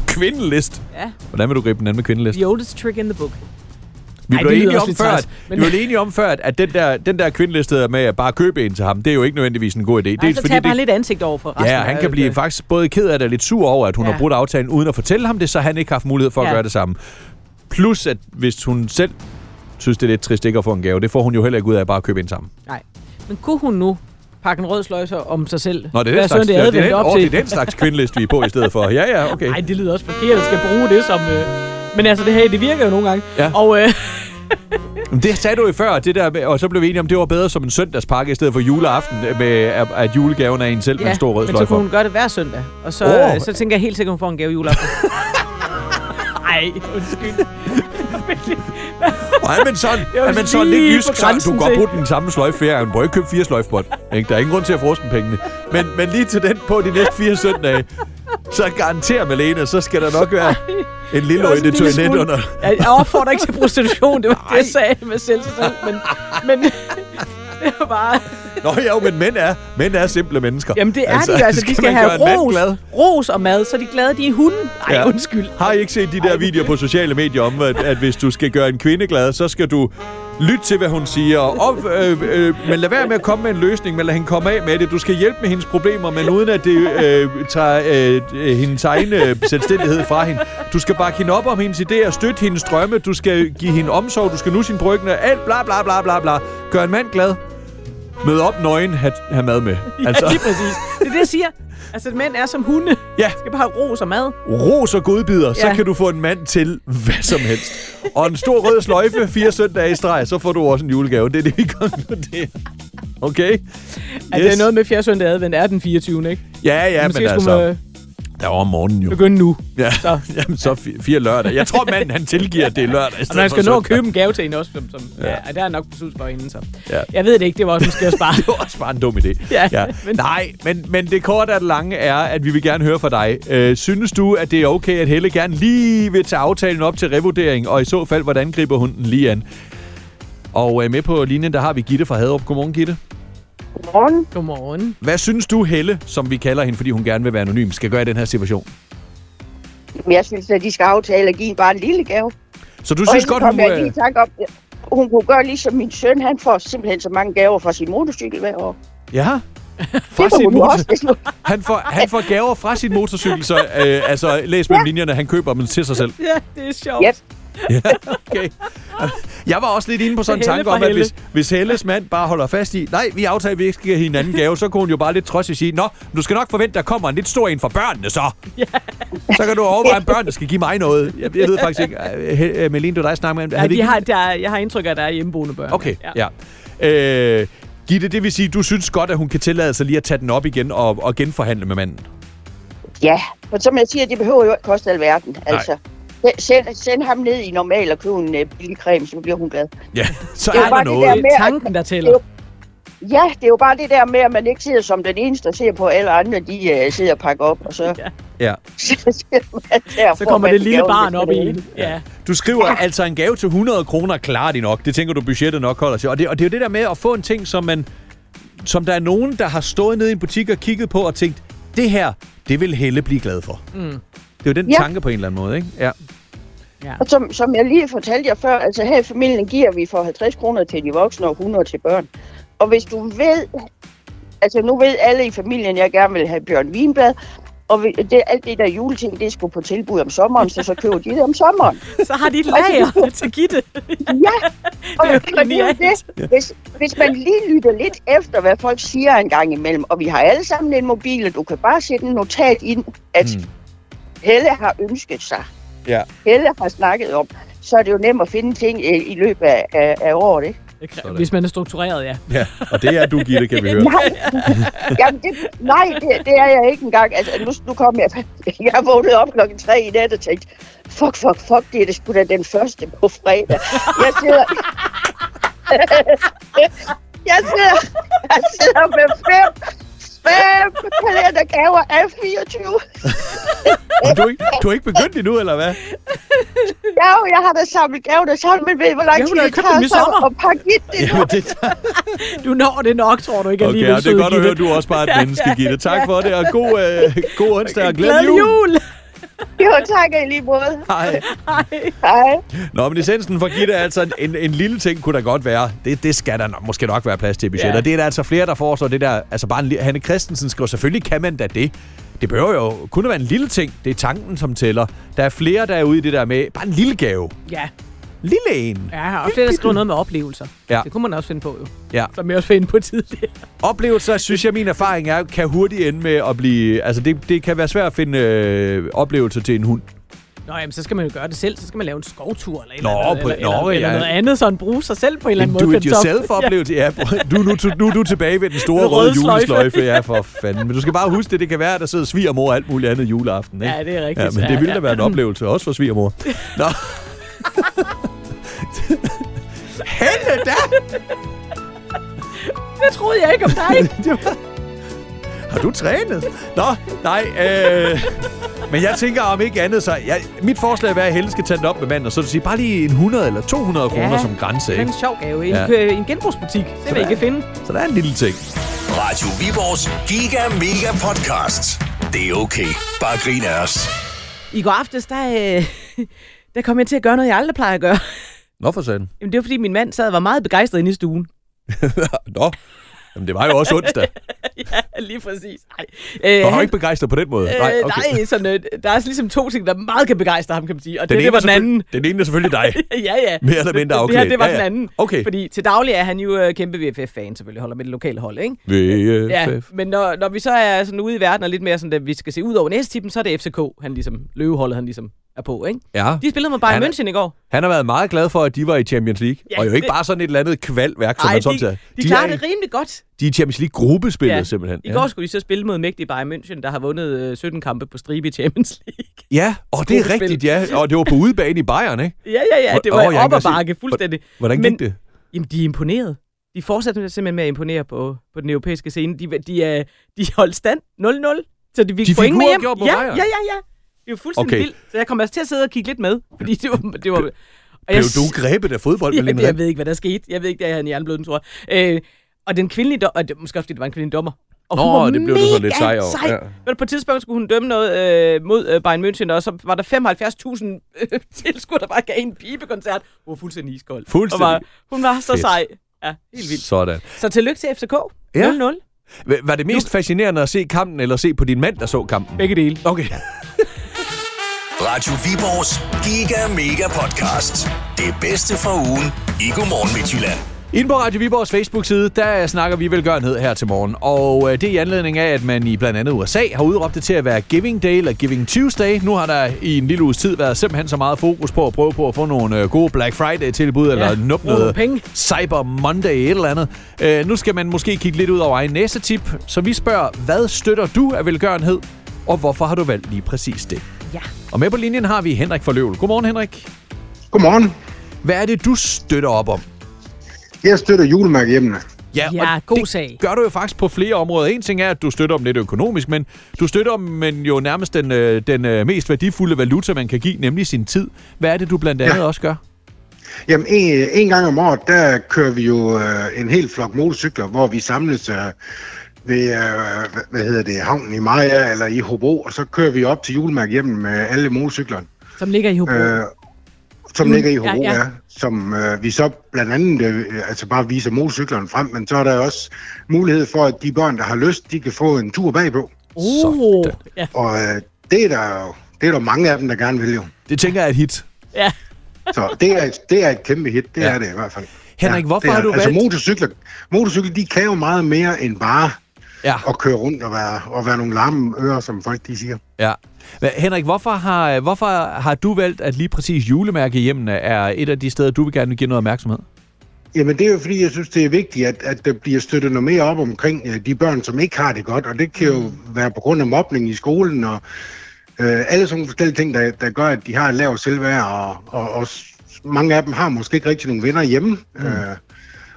[SPEAKER 3] kvindelist.
[SPEAKER 2] Ja.
[SPEAKER 3] Hvordan vil du gribe den anden med kvindelist?
[SPEAKER 2] The oldest trick in the book.
[SPEAKER 3] Vi
[SPEAKER 2] Ej,
[SPEAKER 3] blev
[SPEAKER 2] det lyder
[SPEAKER 3] enige
[SPEAKER 2] også
[SPEAKER 3] om
[SPEAKER 2] lidt
[SPEAKER 3] før,
[SPEAKER 2] træls,
[SPEAKER 3] at,
[SPEAKER 2] men-
[SPEAKER 3] vi blev enige om før, at, at den der, den der kvindeliste med at bare købe en til ham, det er jo ikke nødvendigvis en god idé.
[SPEAKER 2] Ej, så taber han
[SPEAKER 3] det,
[SPEAKER 2] lidt ansigt over for resten.
[SPEAKER 3] ja, han
[SPEAKER 2] af- øh,
[SPEAKER 3] kan blive faktisk både ked af det og lidt sur over, at hun
[SPEAKER 2] Ja.
[SPEAKER 3] har brudt aftalen uden at fortælle ham det, så han ikke har haft mulighed for at
[SPEAKER 2] Ja.
[SPEAKER 3] gøre det samme. Plus, at hvis hun selv synes, det er lidt trist ikke at få en gave, det får hun jo heller ikke ud af bare at købe en sammen.
[SPEAKER 2] Nej. Men kunne hun nu pakke en rød sløjse om sig selv?
[SPEAKER 3] Nå, det er
[SPEAKER 2] Hver
[SPEAKER 3] den slags,
[SPEAKER 2] søndag
[SPEAKER 3] ja, det er
[SPEAKER 2] advent
[SPEAKER 3] den,
[SPEAKER 2] op
[SPEAKER 3] åh,
[SPEAKER 2] til.
[SPEAKER 3] det er den slags kvindeliste, vi er på i stedet for. Ja, ja, okay.
[SPEAKER 2] Nej, det lyder også forkert, at skal bruge det som... Øh... Men altså, det her, det virker jo nogle gange.
[SPEAKER 3] Ja.
[SPEAKER 2] Og øh,
[SPEAKER 3] Men Det sagde du jo før, det der, med- og så blev vi enige om, det var bedre som en søndagspakke i stedet for juleaften, med, at, at julegaven er en selv med en stor
[SPEAKER 2] men
[SPEAKER 3] rød
[SPEAKER 2] så
[SPEAKER 3] sløjfe.
[SPEAKER 2] kunne hun
[SPEAKER 3] om.
[SPEAKER 2] gøre det hver søndag. Og så,
[SPEAKER 3] Åh.
[SPEAKER 2] oh. så tænker jeg helt sikkert, hun får en gave juleaften. Ej, undskyld.
[SPEAKER 3] Nej, men sådan,
[SPEAKER 2] Det var
[SPEAKER 3] nej, men sådan
[SPEAKER 2] lige
[SPEAKER 3] lidt
[SPEAKER 2] på
[SPEAKER 3] jysk, så du
[SPEAKER 2] grænsen
[SPEAKER 3] kan godt
[SPEAKER 2] til-
[SPEAKER 3] bruge den samme sløjfe flere gange. Du må ikke købe fire sløjfebånd. Ikke? Der er ingen grund til at froste pengene. Men, men lige til den på de næste fire søndage, så garanterer Malene, så skal der nok være en lille
[SPEAKER 2] var sådan
[SPEAKER 3] øjne
[SPEAKER 2] en lille
[SPEAKER 3] toilet
[SPEAKER 2] smule-
[SPEAKER 3] under.
[SPEAKER 2] Jeg, jeg opfordrer ikke til prostitution, det var det, jeg sagde med selvsagt. Men, men det var bare...
[SPEAKER 3] Nå jo, men mænd er, mænd er simple mennesker.
[SPEAKER 2] Jamen det er altså, de jo, altså.
[SPEAKER 3] man
[SPEAKER 2] De skal
[SPEAKER 3] gøre
[SPEAKER 2] have
[SPEAKER 3] en mand
[SPEAKER 2] ros,
[SPEAKER 3] glad?
[SPEAKER 2] ros og mad, så er de glade, de er hunden. Ej,
[SPEAKER 3] Ja.
[SPEAKER 2] ja. undskyld.
[SPEAKER 3] Har I ikke set de der videoer på sociale medier om, at, at hvis du skal gøre en kvinde glad, så skal du lytte til, hvad hun siger. Og op, øh, øh, men lad være med at komme med en løsning, men lad hende komme af med det. Du skal hjælpe med hendes problemer, men uden at det øh, tager øh, hendes egen øh, selvstændighed fra hende. Du skal bakke hende op om hendes idéer, støtte hendes drømme, du skal give hende omsorg, du skal nu sin brygner, alt bla bla bla bla bla. Gør en mand glad. Mød op nøgen, have, have mad med.
[SPEAKER 2] Altså. Ja, lige præcis. Det er det, jeg siger. Altså, at mænd er som hunde.
[SPEAKER 3] Ja.
[SPEAKER 2] De skal bare have ros og mad.
[SPEAKER 3] ros og godbider, ja. så
[SPEAKER 2] Ja.
[SPEAKER 3] kan du få en mand til hvad som helst. Og en stor rød sløjfe fire søndage i streg, så får du også en julegave. Det er det, vi konkluderer. Okay?
[SPEAKER 2] Yes. At det er noget med fjerde søndag advent er den 24. Ikke?
[SPEAKER 3] Ja, ja, men
[SPEAKER 2] skulle
[SPEAKER 3] altså...
[SPEAKER 2] man-
[SPEAKER 3] Der var om morgenen jo.
[SPEAKER 2] Begynd nu.
[SPEAKER 3] Ja,
[SPEAKER 2] Så.
[SPEAKER 3] jamen, så fi- fire lørdag. Jeg tror, manden han tilgiver, at det er lørdag. i
[SPEAKER 2] Og
[SPEAKER 3] stedet
[SPEAKER 2] når jeg skal
[SPEAKER 3] for
[SPEAKER 2] nå at
[SPEAKER 3] søndag.
[SPEAKER 2] købe en gave til hende også, som, øh, som ja. ja, der er nok besus for hende, så.
[SPEAKER 3] Ja.
[SPEAKER 2] Ja. Jeg ved det ikke, det var også måske at spare.
[SPEAKER 3] Det var også bare en dum idé.
[SPEAKER 2] Ja,
[SPEAKER 3] Men...
[SPEAKER 2] men-
[SPEAKER 3] Nej, men, men det korte af det lange er, at vi vil gerne høre fra dig. Øh, synes du, at det er okay, at Helle gerne lige vil tage aftalen op til revurdering, og i så fald, hvordan griber hun den lige an? Og øh, med på linjen, der har vi Gitte fra Haderup. Godmorgen, Gitte.
[SPEAKER 4] Godmorgen.
[SPEAKER 2] Godmorgen.
[SPEAKER 3] Hvad synes du, Helle, som vi kalder hende, fordi hun gerne vil være anonym, skal gøre i den her situation?
[SPEAKER 4] Jamen, Jeg synes, at de skal aftale at give hende bare en lille gave.
[SPEAKER 3] Så du
[SPEAKER 4] og
[SPEAKER 3] synes
[SPEAKER 4] ellers
[SPEAKER 3] godt,
[SPEAKER 4] kom
[SPEAKER 3] hun...
[SPEAKER 4] jeg lige i
[SPEAKER 3] Øh,
[SPEAKER 4] tanke om, at hun kunne gøre ligesom min søn. Han får simpelthen så mange gaver fra sin motorcykel hver år.
[SPEAKER 3] ja?
[SPEAKER 4] Det
[SPEAKER 3] Fra
[SPEAKER 4] må
[SPEAKER 3] sin
[SPEAKER 4] hun jo
[SPEAKER 3] motor...
[SPEAKER 4] også. hvis nu-
[SPEAKER 3] han, får, han får gaver fra sin motorcykel, så øh, altså, læs mellem linjerne, han køber dem til sig selv.
[SPEAKER 2] Ja, det er sjovt.
[SPEAKER 4] Yep.
[SPEAKER 3] Okay. Jeg var også lidt inde på sådan en
[SPEAKER 2] Helle
[SPEAKER 3] tanke
[SPEAKER 2] fra
[SPEAKER 3] om, at
[SPEAKER 2] Helle.
[SPEAKER 3] hvis, hvis Helles mand bare holder fast i, nej, vi aftaler, at vi ikke skal give hinanden gave, så kunne hun jo bare lidt trodsigt sige, nå, du skal nok forvente, der kommer en lidt stor en fra børnene så. Så kan du overveje, om børnene skal give mig noget. Jeg, jeg ved faktisk ikke, øh, Hel- øh, Melin, du og dig snakker med,
[SPEAKER 2] Ja, de har, der, er- jeg har indtryk af, at der er hjemmeboende børn.
[SPEAKER 3] Okay, ja. Øh, Gitte, det vil sige, du synes godt, at hun kan tillade sig lige at tage den op igen og, og genforhandle med manden.
[SPEAKER 4] Ja, men som jeg siger, det behøver jo ikke koste alverden. Altså, send, send ham ned i normal og køb en øh, billig creme, så bliver hun glad.
[SPEAKER 3] Ja, så
[SPEAKER 4] Det er
[SPEAKER 3] er
[SPEAKER 4] bare
[SPEAKER 3] der
[SPEAKER 4] det
[SPEAKER 3] noget.
[SPEAKER 4] der
[SPEAKER 2] Det
[SPEAKER 4] med-
[SPEAKER 2] er tanken, der tæller.
[SPEAKER 4] Ja, det er jo bare det der med, at man ikke sidder som den eneste og ser på at alle andre, de øh, sidder og pakker op, og så,
[SPEAKER 3] Ja.
[SPEAKER 4] så sidder man der, og
[SPEAKER 2] Så
[SPEAKER 4] får
[SPEAKER 2] kommer
[SPEAKER 4] man
[SPEAKER 2] det lille
[SPEAKER 4] gaven,
[SPEAKER 2] barn
[SPEAKER 4] hvis
[SPEAKER 2] op
[SPEAKER 4] man
[SPEAKER 2] i
[SPEAKER 4] er
[SPEAKER 2] en. Ja.
[SPEAKER 3] Du skriver altså en gave til 100 kroner, klarer de nok. Det tænker du, budgettet nok holder til. Og det, og det er jo det der med at få en ting, som man som der er nogen, der har stået nede i en butik og kigget på og tænkt, det her, det vil Helle blive glad for. Mm. Det er jo den ja.
[SPEAKER 4] Ja.
[SPEAKER 3] tanke på en eller anden måde, ikke? Ja.
[SPEAKER 4] Og som, som jeg lige fortalte jer før, altså her i familien giver vi for 50 kroner til de voksne og 100 til børn. Og hvis du ved, altså nu ved alle i familien, jeg gerne vil have Bjørn Vinblad, og vi- det, alt det der juleting, det skulle på tilbud om sommeren, så så køber de det om sommeren.
[SPEAKER 2] Så har de et lager til Gitte.
[SPEAKER 4] Ja, og
[SPEAKER 2] Det er jo
[SPEAKER 4] det er jo
[SPEAKER 2] genialt.
[SPEAKER 4] det. Hvis, hvis man lige lytter lidt efter, hvad folk siger en gang imellem, og vi har alle sammen en mobil, og du kan bare sætte en notat ind, at
[SPEAKER 3] Mm.
[SPEAKER 4] mm. Helle har ønsket sig.
[SPEAKER 3] Ja.
[SPEAKER 4] Helle har snakket om, så er det jo nemt at finde ting øh, i løbet af, af, af året, ikke?
[SPEAKER 2] Hvis man er struktureret, ja.
[SPEAKER 3] ja. Og det er du, Gitte, kan vi høre.
[SPEAKER 4] Nej, Jamen, det, nej det, det er jeg ikke engang. Altså, nu, nu kom jeg, jeg vågnede op klokken tre i nat og tænkte, fuck, fuck, fuck, det er det sgu da den første på fredag. Jeg sidder... jeg sidder, jeg sidder med fem, fem kalendergaver af 24.
[SPEAKER 3] Og du, er ikke- du er ikke begyndt endnu, eller hvad?
[SPEAKER 4] Ja, og jeg har da samlet gaver der sammen, men ved I, hvor
[SPEAKER 2] Ja,
[SPEAKER 4] lang
[SPEAKER 2] hun
[SPEAKER 4] tid
[SPEAKER 2] har
[SPEAKER 4] det
[SPEAKER 2] købt dem i
[SPEAKER 4] tager
[SPEAKER 2] sommer.
[SPEAKER 4] så at pakke ind det
[SPEAKER 3] Jamen, det,
[SPEAKER 2] Du når det nok, tror du ikke
[SPEAKER 3] okay,
[SPEAKER 2] alligevel,
[SPEAKER 3] og det er
[SPEAKER 2] søde
[SPEAKER 3] godt at
[SPEAKER 2] Gitte.
[SPEAKER 3] høre, at du er også bare er et
[SPEAKER 2] Ja,
[SPEAKER 3] menneske,
[SPEAKER 2] ja,
[SPEAKER 3] Gitte. Tak
[SPEAKER 2] ja.
[SPEAKER 3] for det, og god, øh, god onsdag og
[SPEAKER 2] Glad
[SPEAKER 3] glædelig jul.
[SPEAKER 2] jul!
[SPEAKER 4] Jo, tak og i lige måde.
[SPEAKER 3] Hej.
[SPEAKER 4] Hej.
[SPEAKER 3] Nå, men essensen for Gitte er altså, en, en, en lille ting kunne der godt være. Det, det skal der nok, måske nok være plads til i budgettet.
[SPEAKER 2] Ja.
[SPEAKER 3] Ja. Det er der altså flere, der foreslår det der. Altså bare en, li- Hanne Christensen skriver, selvfølgelig kan man da det. Det behøver jo kun at være en lille ting. Det er tanken, som tæller. Der er flere, der er ude i det der med bare en lille gave.
[SPEAKER 2] Ja,
[SPEAKER 3] Lille en.
[SPEAKER 2] ja og flere, der skriver noget med oplevelser.
[SPEAKER 3] Ja.
[SPEAKER 2] Det kunne man også finde på, jo.
[SPEAKER 3] Ja.
[SPEAKER 2] Som jeg også finde på tidligere.
[SPEAKER 3] Oplevelser, synes jeg, min erfaring er, kan hurtigt ende med at blive... Altså, det, det kan være svært at finde øh, oplevelser til en hund.
[SPEAKER 2] Nå, jamen, så skal man jo gøre det selv. Så skal man lave en skovtur eller et
[SPEAKER 3] Nå,
[SPEAKER 2] eller, andet,
[SPEAKER 3] på-
[SPEAKER 2] eller, eller,
[SPEAKER 3] nå,
[SPEAKER 2] eller
[SPEAKER 3] ja.
[SPEAKER 2] noget andet, sådan bruge sig selv på en eller
[SPEAKER 3] En
[SPEAKER 2] anden måde.
[SPEAKER 3] do-it-yourself-oplevelse. Ja. du, nu, nu, nu er du tilbage ved den store
[SPEAKER 2] Den
[SPEAKER 3] røde, røde
[SPEAKER 2] røde sløjfe.
[SPEAKER 3] julesløjfe. Ja, for fanden. Men du skal bare huske det. Det kan være, at der sidder svigermor og alt muligt andet juleaften. Ikke?
[SPEAKER 2] Ja, det er rigtigt.
[SPEAKER 3] Ja, men det
[SPEAKER 2] Ja,
[SPEAKER 3] ville da
[SPEAKER 2] ja.
[SPEAKER 3] være en oplevelse, også for svigermor. Nå. Helle da!
[SPEAKER 2] Det troede jeg ikke om dig.
[SPEAKER 3] Det var- Har du trænet? Nå, nej. Øh, men jeg tænker om ikke andet, så... Jeg, mit forslag er, at Helle skal tage den op med manden, og så vil du sige, bare lige en 100 eller 200 kroner som grænse.
[SPEAKER 2] Det er
[SPEAKER 3] Ikke?
[SPEAKER 2] en sjov gave. En,
[SPEAKER 3] Ja.
[SPEAKER 2] ja. en genbrugsbutik. Det vil jeg ikke finde.
[SPEAKER 3] Så der er en lille ting.
[SPEAKER 1] Radio Viborgs Giga Mega Podcast. Det er okay. Bare grin af os.
[SPEAKER 2] I går aftes, der, øh, der kom jeg til at gøre noget, jeg aldrig plejer at gøre.
[SPEAKER 3] Nå for satan.
[SPEAKER 2] Jamen, det var, fordi min mand sad og var meget begejstret inde i stuen.
[SPEAKER 3] Nå, Jamen, det var jo også onsdag.
[SPEAKER 2] ja, lige præcis. Nej. Øh,
[SPEAKER 3] Og har ikke begejstret på den måde.
[SPEAKER 2] øh, nej, okay. nej sådan, øh, der er ligesom to ting, der meget kan begejstre ham, kan man sige. Og den det,
[SPEAKER 3] ene
[SPEAKER 2] det var
[SPEAKER 3] er
[SPEAKER 2] den anden.
[SPEAKER 3] selvfølgelig- Den ene er selvfølgelig dig.
[SPEAKER 2] ja, ja.
[SPEAKER 3] Mere eller mindre
[SPEAKER 2] Det, det her,
[SPEAKER 3] afklædt.
[SPEAKER 2] det var
[SPEAKER 3] Ja, ja.
[SPEAKER 2] den anden.
[SPEAKER 3] Okay.
[SPEAKER 2] Fordi til daglig er han jo øh, kæmpe VFF-fan, selvfølgelig. Holder med det lokale hold, ikke?
[SPEAKER 3] VFF.
[SPEAKER 2] Ja, men når, når vi så er sådan ude i verden og lidt mere sådan, at vi skal se ud over næste tippen, så er det FCK, han ligesom, løveholdet, han ligesom er er på, ikke?
[SPEAKER 3] Ja.
[SPEAKER 2] De spillede mod Bayern
[SPEAKER 3] Han er-
[SPEAKER 2] München i går.
[SPEAKER 3] Han har været meget glad for, at de var i Champions League. Ja,
[SPEAKER 2] Ja,
[SPEAKER 3] og jo ikke
[SPEAKER 2] det-
[SPEAKER 3] bare sådan et eller andet kvalværk, som
[SPEAKER 2] Ej,
[SPEAKER 3] man
[SPEAKER 2] de,
[SPEAKER 3] sommetider...
[SPEAKER 2] de, de klarer
[SPEAKER 3] er,
[SPEAKER 2] det rimelig godt.
[SPEAKER 3] de er Champions League-gruppespillet, ja. simpelthen.
[SPEAKER 2] I går skulle de så spille mod mægtige Bayern München, der har vundet øh, 17 kampe på stribe i Champions League.
[SPEAKER 3] Ja, og det er
[SPEAKER 2] Gruppespil.
[SPEAKER 3] rigtigt, ja. Og det var på udebane i Bayern, ikke?
[SPEAKER 2] ja, ja, ja. Det
[SPEAKER 3] Hvor-
[SPEAKER 2] var
[SPEAKER 3] Åh, jeg har
[SPEAKER 2] oh, op
[SPEAKER 3] ikke
[SPEAKER 2] ad
[SPEAKER 3] engang set-
[SPEAKER 2] bakke fuldstændig.
[SPEAKER 3] Hvordan gik
[SPEAKER 2] Men-
[SPEAKER 3] det?
[SPEAKER 2] Jamen, de er imponeret. De fortsatte simpelthen med at imponere på, på den europæiske scene. De, de, er, de holdt stand 0-0, så de fik
[SPEAKER 3] De fik
[SPEAKER 2] point med hjem.
[SPEAKER 3] uafgjort mod
[SPEAKER 2] ja,
[SPEAKER 3] Bayern.
[SPEAKER 2] ja, ja, ja. Det var fuldstændig
[SPEAKER 3] Okay.
[SPEAKER 2] okay. vildt. Så jeg kom altså til at sidde og kigge lidt med, fordi det var... Det var og
[SPEAKER 3] Blev du grebet af fodbold,
[SPEAKER 2] jeg,
[SPEAKER 3] Malene
[SPEAKER 2] jeg, jeg
[SPEAKER 3] Rind?
[SPEAKER 2] ved ikke, hvad der skete. Jeg ved ikke, da jeg havde en jernblødning, tror jeg. Øh, og den kvindelige dommer, og det, måske også, fordi det var en kvindelig dommer. Og
[SPEAKER 3] Nå, det blev du så lidt
[SPEAKER 2] mega
[SPEAKER 3] sej over, ja.
[SPEAKER 2] Men på et tidspunkt skulle hun dømme noget øh, mod øh, Bayern München, og så var der 75.000 øh, tilskuere, der bare gav hende en pibekoncert. Hun var fuldstændig iskold.
[SPEAKER 3] Fuldstændig.
[SPEAKER 2] Og var, hun var så
[SPEAKER 3] Fedt.
[SPEAKER 2] sej. Ja, helt vildt.
[SPEAKER 3] Sådan.
[SPEAKER 2] Så tillykke til FCK.
[SPEAKER 3] Ja.
[SPEAKER 2] 0-0.
[SPEAKER 3] Hva- Var det mest fascinerende at se kampen, eller se på din mand, der så kampen?
[SPEAKER 2] Begge dele.
[SPEAKER 3] Okay.
[SPEAKER 1] Radio Viborgs Giga Mega Podcast. Det bedste fra ugen i Godmorgen Midtjylland.
[SPEAKER 3] Inde på Radio Viborgs Facebook-side, der snakker vi velgørenhed her til morgen. Og øh, det er i anledning af, at man i blandt andet USA har udråbt det til at være Giving Day eller Giving Tuesday. Nu har der i en lille uges tid været simpelthen så meget fokus på at prøve på at få nogle øh, gode Black Friday-tilbud, ja. eller nup
[SPEAKER 2] brug
[SPEAKER 3] noget
[SPEAKER 2] penge.
[SPEAKER 3] Cyber Monday et eller andet. Øh, nu skal man måske kigge lidt ud over egen næste tip. Så vi spørger, hvad støtter du af velgørenhed, og hvorfor har du valgt lige præcis det?
[SPEAKER 2] Ja.
[SPEAKER 3] Og med på linjen har vi Henrik fra Løvel. Godmorgen, Henrik.
[SPEAKER 6] Godmorgen.
[SPEAKER 3] Hvad er det, du støtter op om?
[SPEAKER 6] Jeg støtter julemærkehjemmene.
[SPEAKER 2] Ja,
[SPEAKER 3] og
[SPEAKER 2] god
[SPEAKER 3] det
[SPEAKER 2] sag.
[SPEAKER 3] gør du jo faktisk på flere områder. En ting er, at du støtter dem lidt økonomisk, men du støtter dem men jo nærmest den, øh, den øh, mest værdifulde valuta, man kan give, nemlig sin tid. Hvad er det, du blandt andet ja. også gør?
[SPEAKER 6] Jamen, en, en gang om året, der kører vi jo øh, en hel flok motorcykler, hvor vi samles øh, ved, øh, hvad- hvad hedder det, havnen i Maja eller i Hobro, og så kører vi op til julemærkehjemmene med alle motorcyklerne,
[SPEAKER 2] Som ligger i Hobro.
[SPEAKER 6] øh, som
[SPEAKER 2] Mm,
[SPEAKER 6] ligger i
[SPEAKER 2] ja,
[SPEAKER 6] Hobro,
[SPEAKER 2] ja.
[SPEAKER 6] ja, ja. som øh, vi så blandt andet, øh, altså bare viser motorcyklerne frem, men så er der også mulighed for, at de børn, der har lyst, de kan få en tur bagpå,
[SPEAKER 2] oh,
[SPEAKER 3] sådan.
[SPEAKER 2] ja.
[SPEAKER 6] og øh, det er der jo, det er der mange af dem, der gerne vil jo.
[SPEAKER 3] Det tænker jeg er et hit.
[SPEAKER 2] ja.
[SPEAKER 6] Så det er, et- det er et kæmpe hit, det
[SPEAKER 3] Ja.
[SPEAKER 6] ja. er det i hvert fald.
[SPEAKER 3] Henrik, hvorfor
[SPEAKER 6] det er,
[SPEAKER 3] har du
[SPEAKER 6] altså,
[SPEAKER 3] valgt-
[SPEAKER 6] Motorcykler, motorcykler, de kan jo meget mere end bare
[SPEAKER 3] Ja.
[SPEAKER 6] at køre rundt og være, og være nogle larme ører, som folk de siger.
[SPEAKER 3] ja. Hva- Henrik, hvorfor har, hvorfor har du valgt, at lige præcis julemærkehjemmene er et af de steder, du vil gerne give noget opmærksomhed?
[SPEAKER 6] Jamen det er jo fordi, jeg synes, det er vigtigt, at, at der bliver støttet noget mere op omkring øh, de børn, som ikke har det godt. Og det kan jo være på grund af mobning i skolen og øh, alle sådan nogle forskellige ting, der, der gør, at de har et lavt selvværd. Og, og, og s- mange af dem har måske ikke rigtig nogen venner hjemme. Mm. Øh,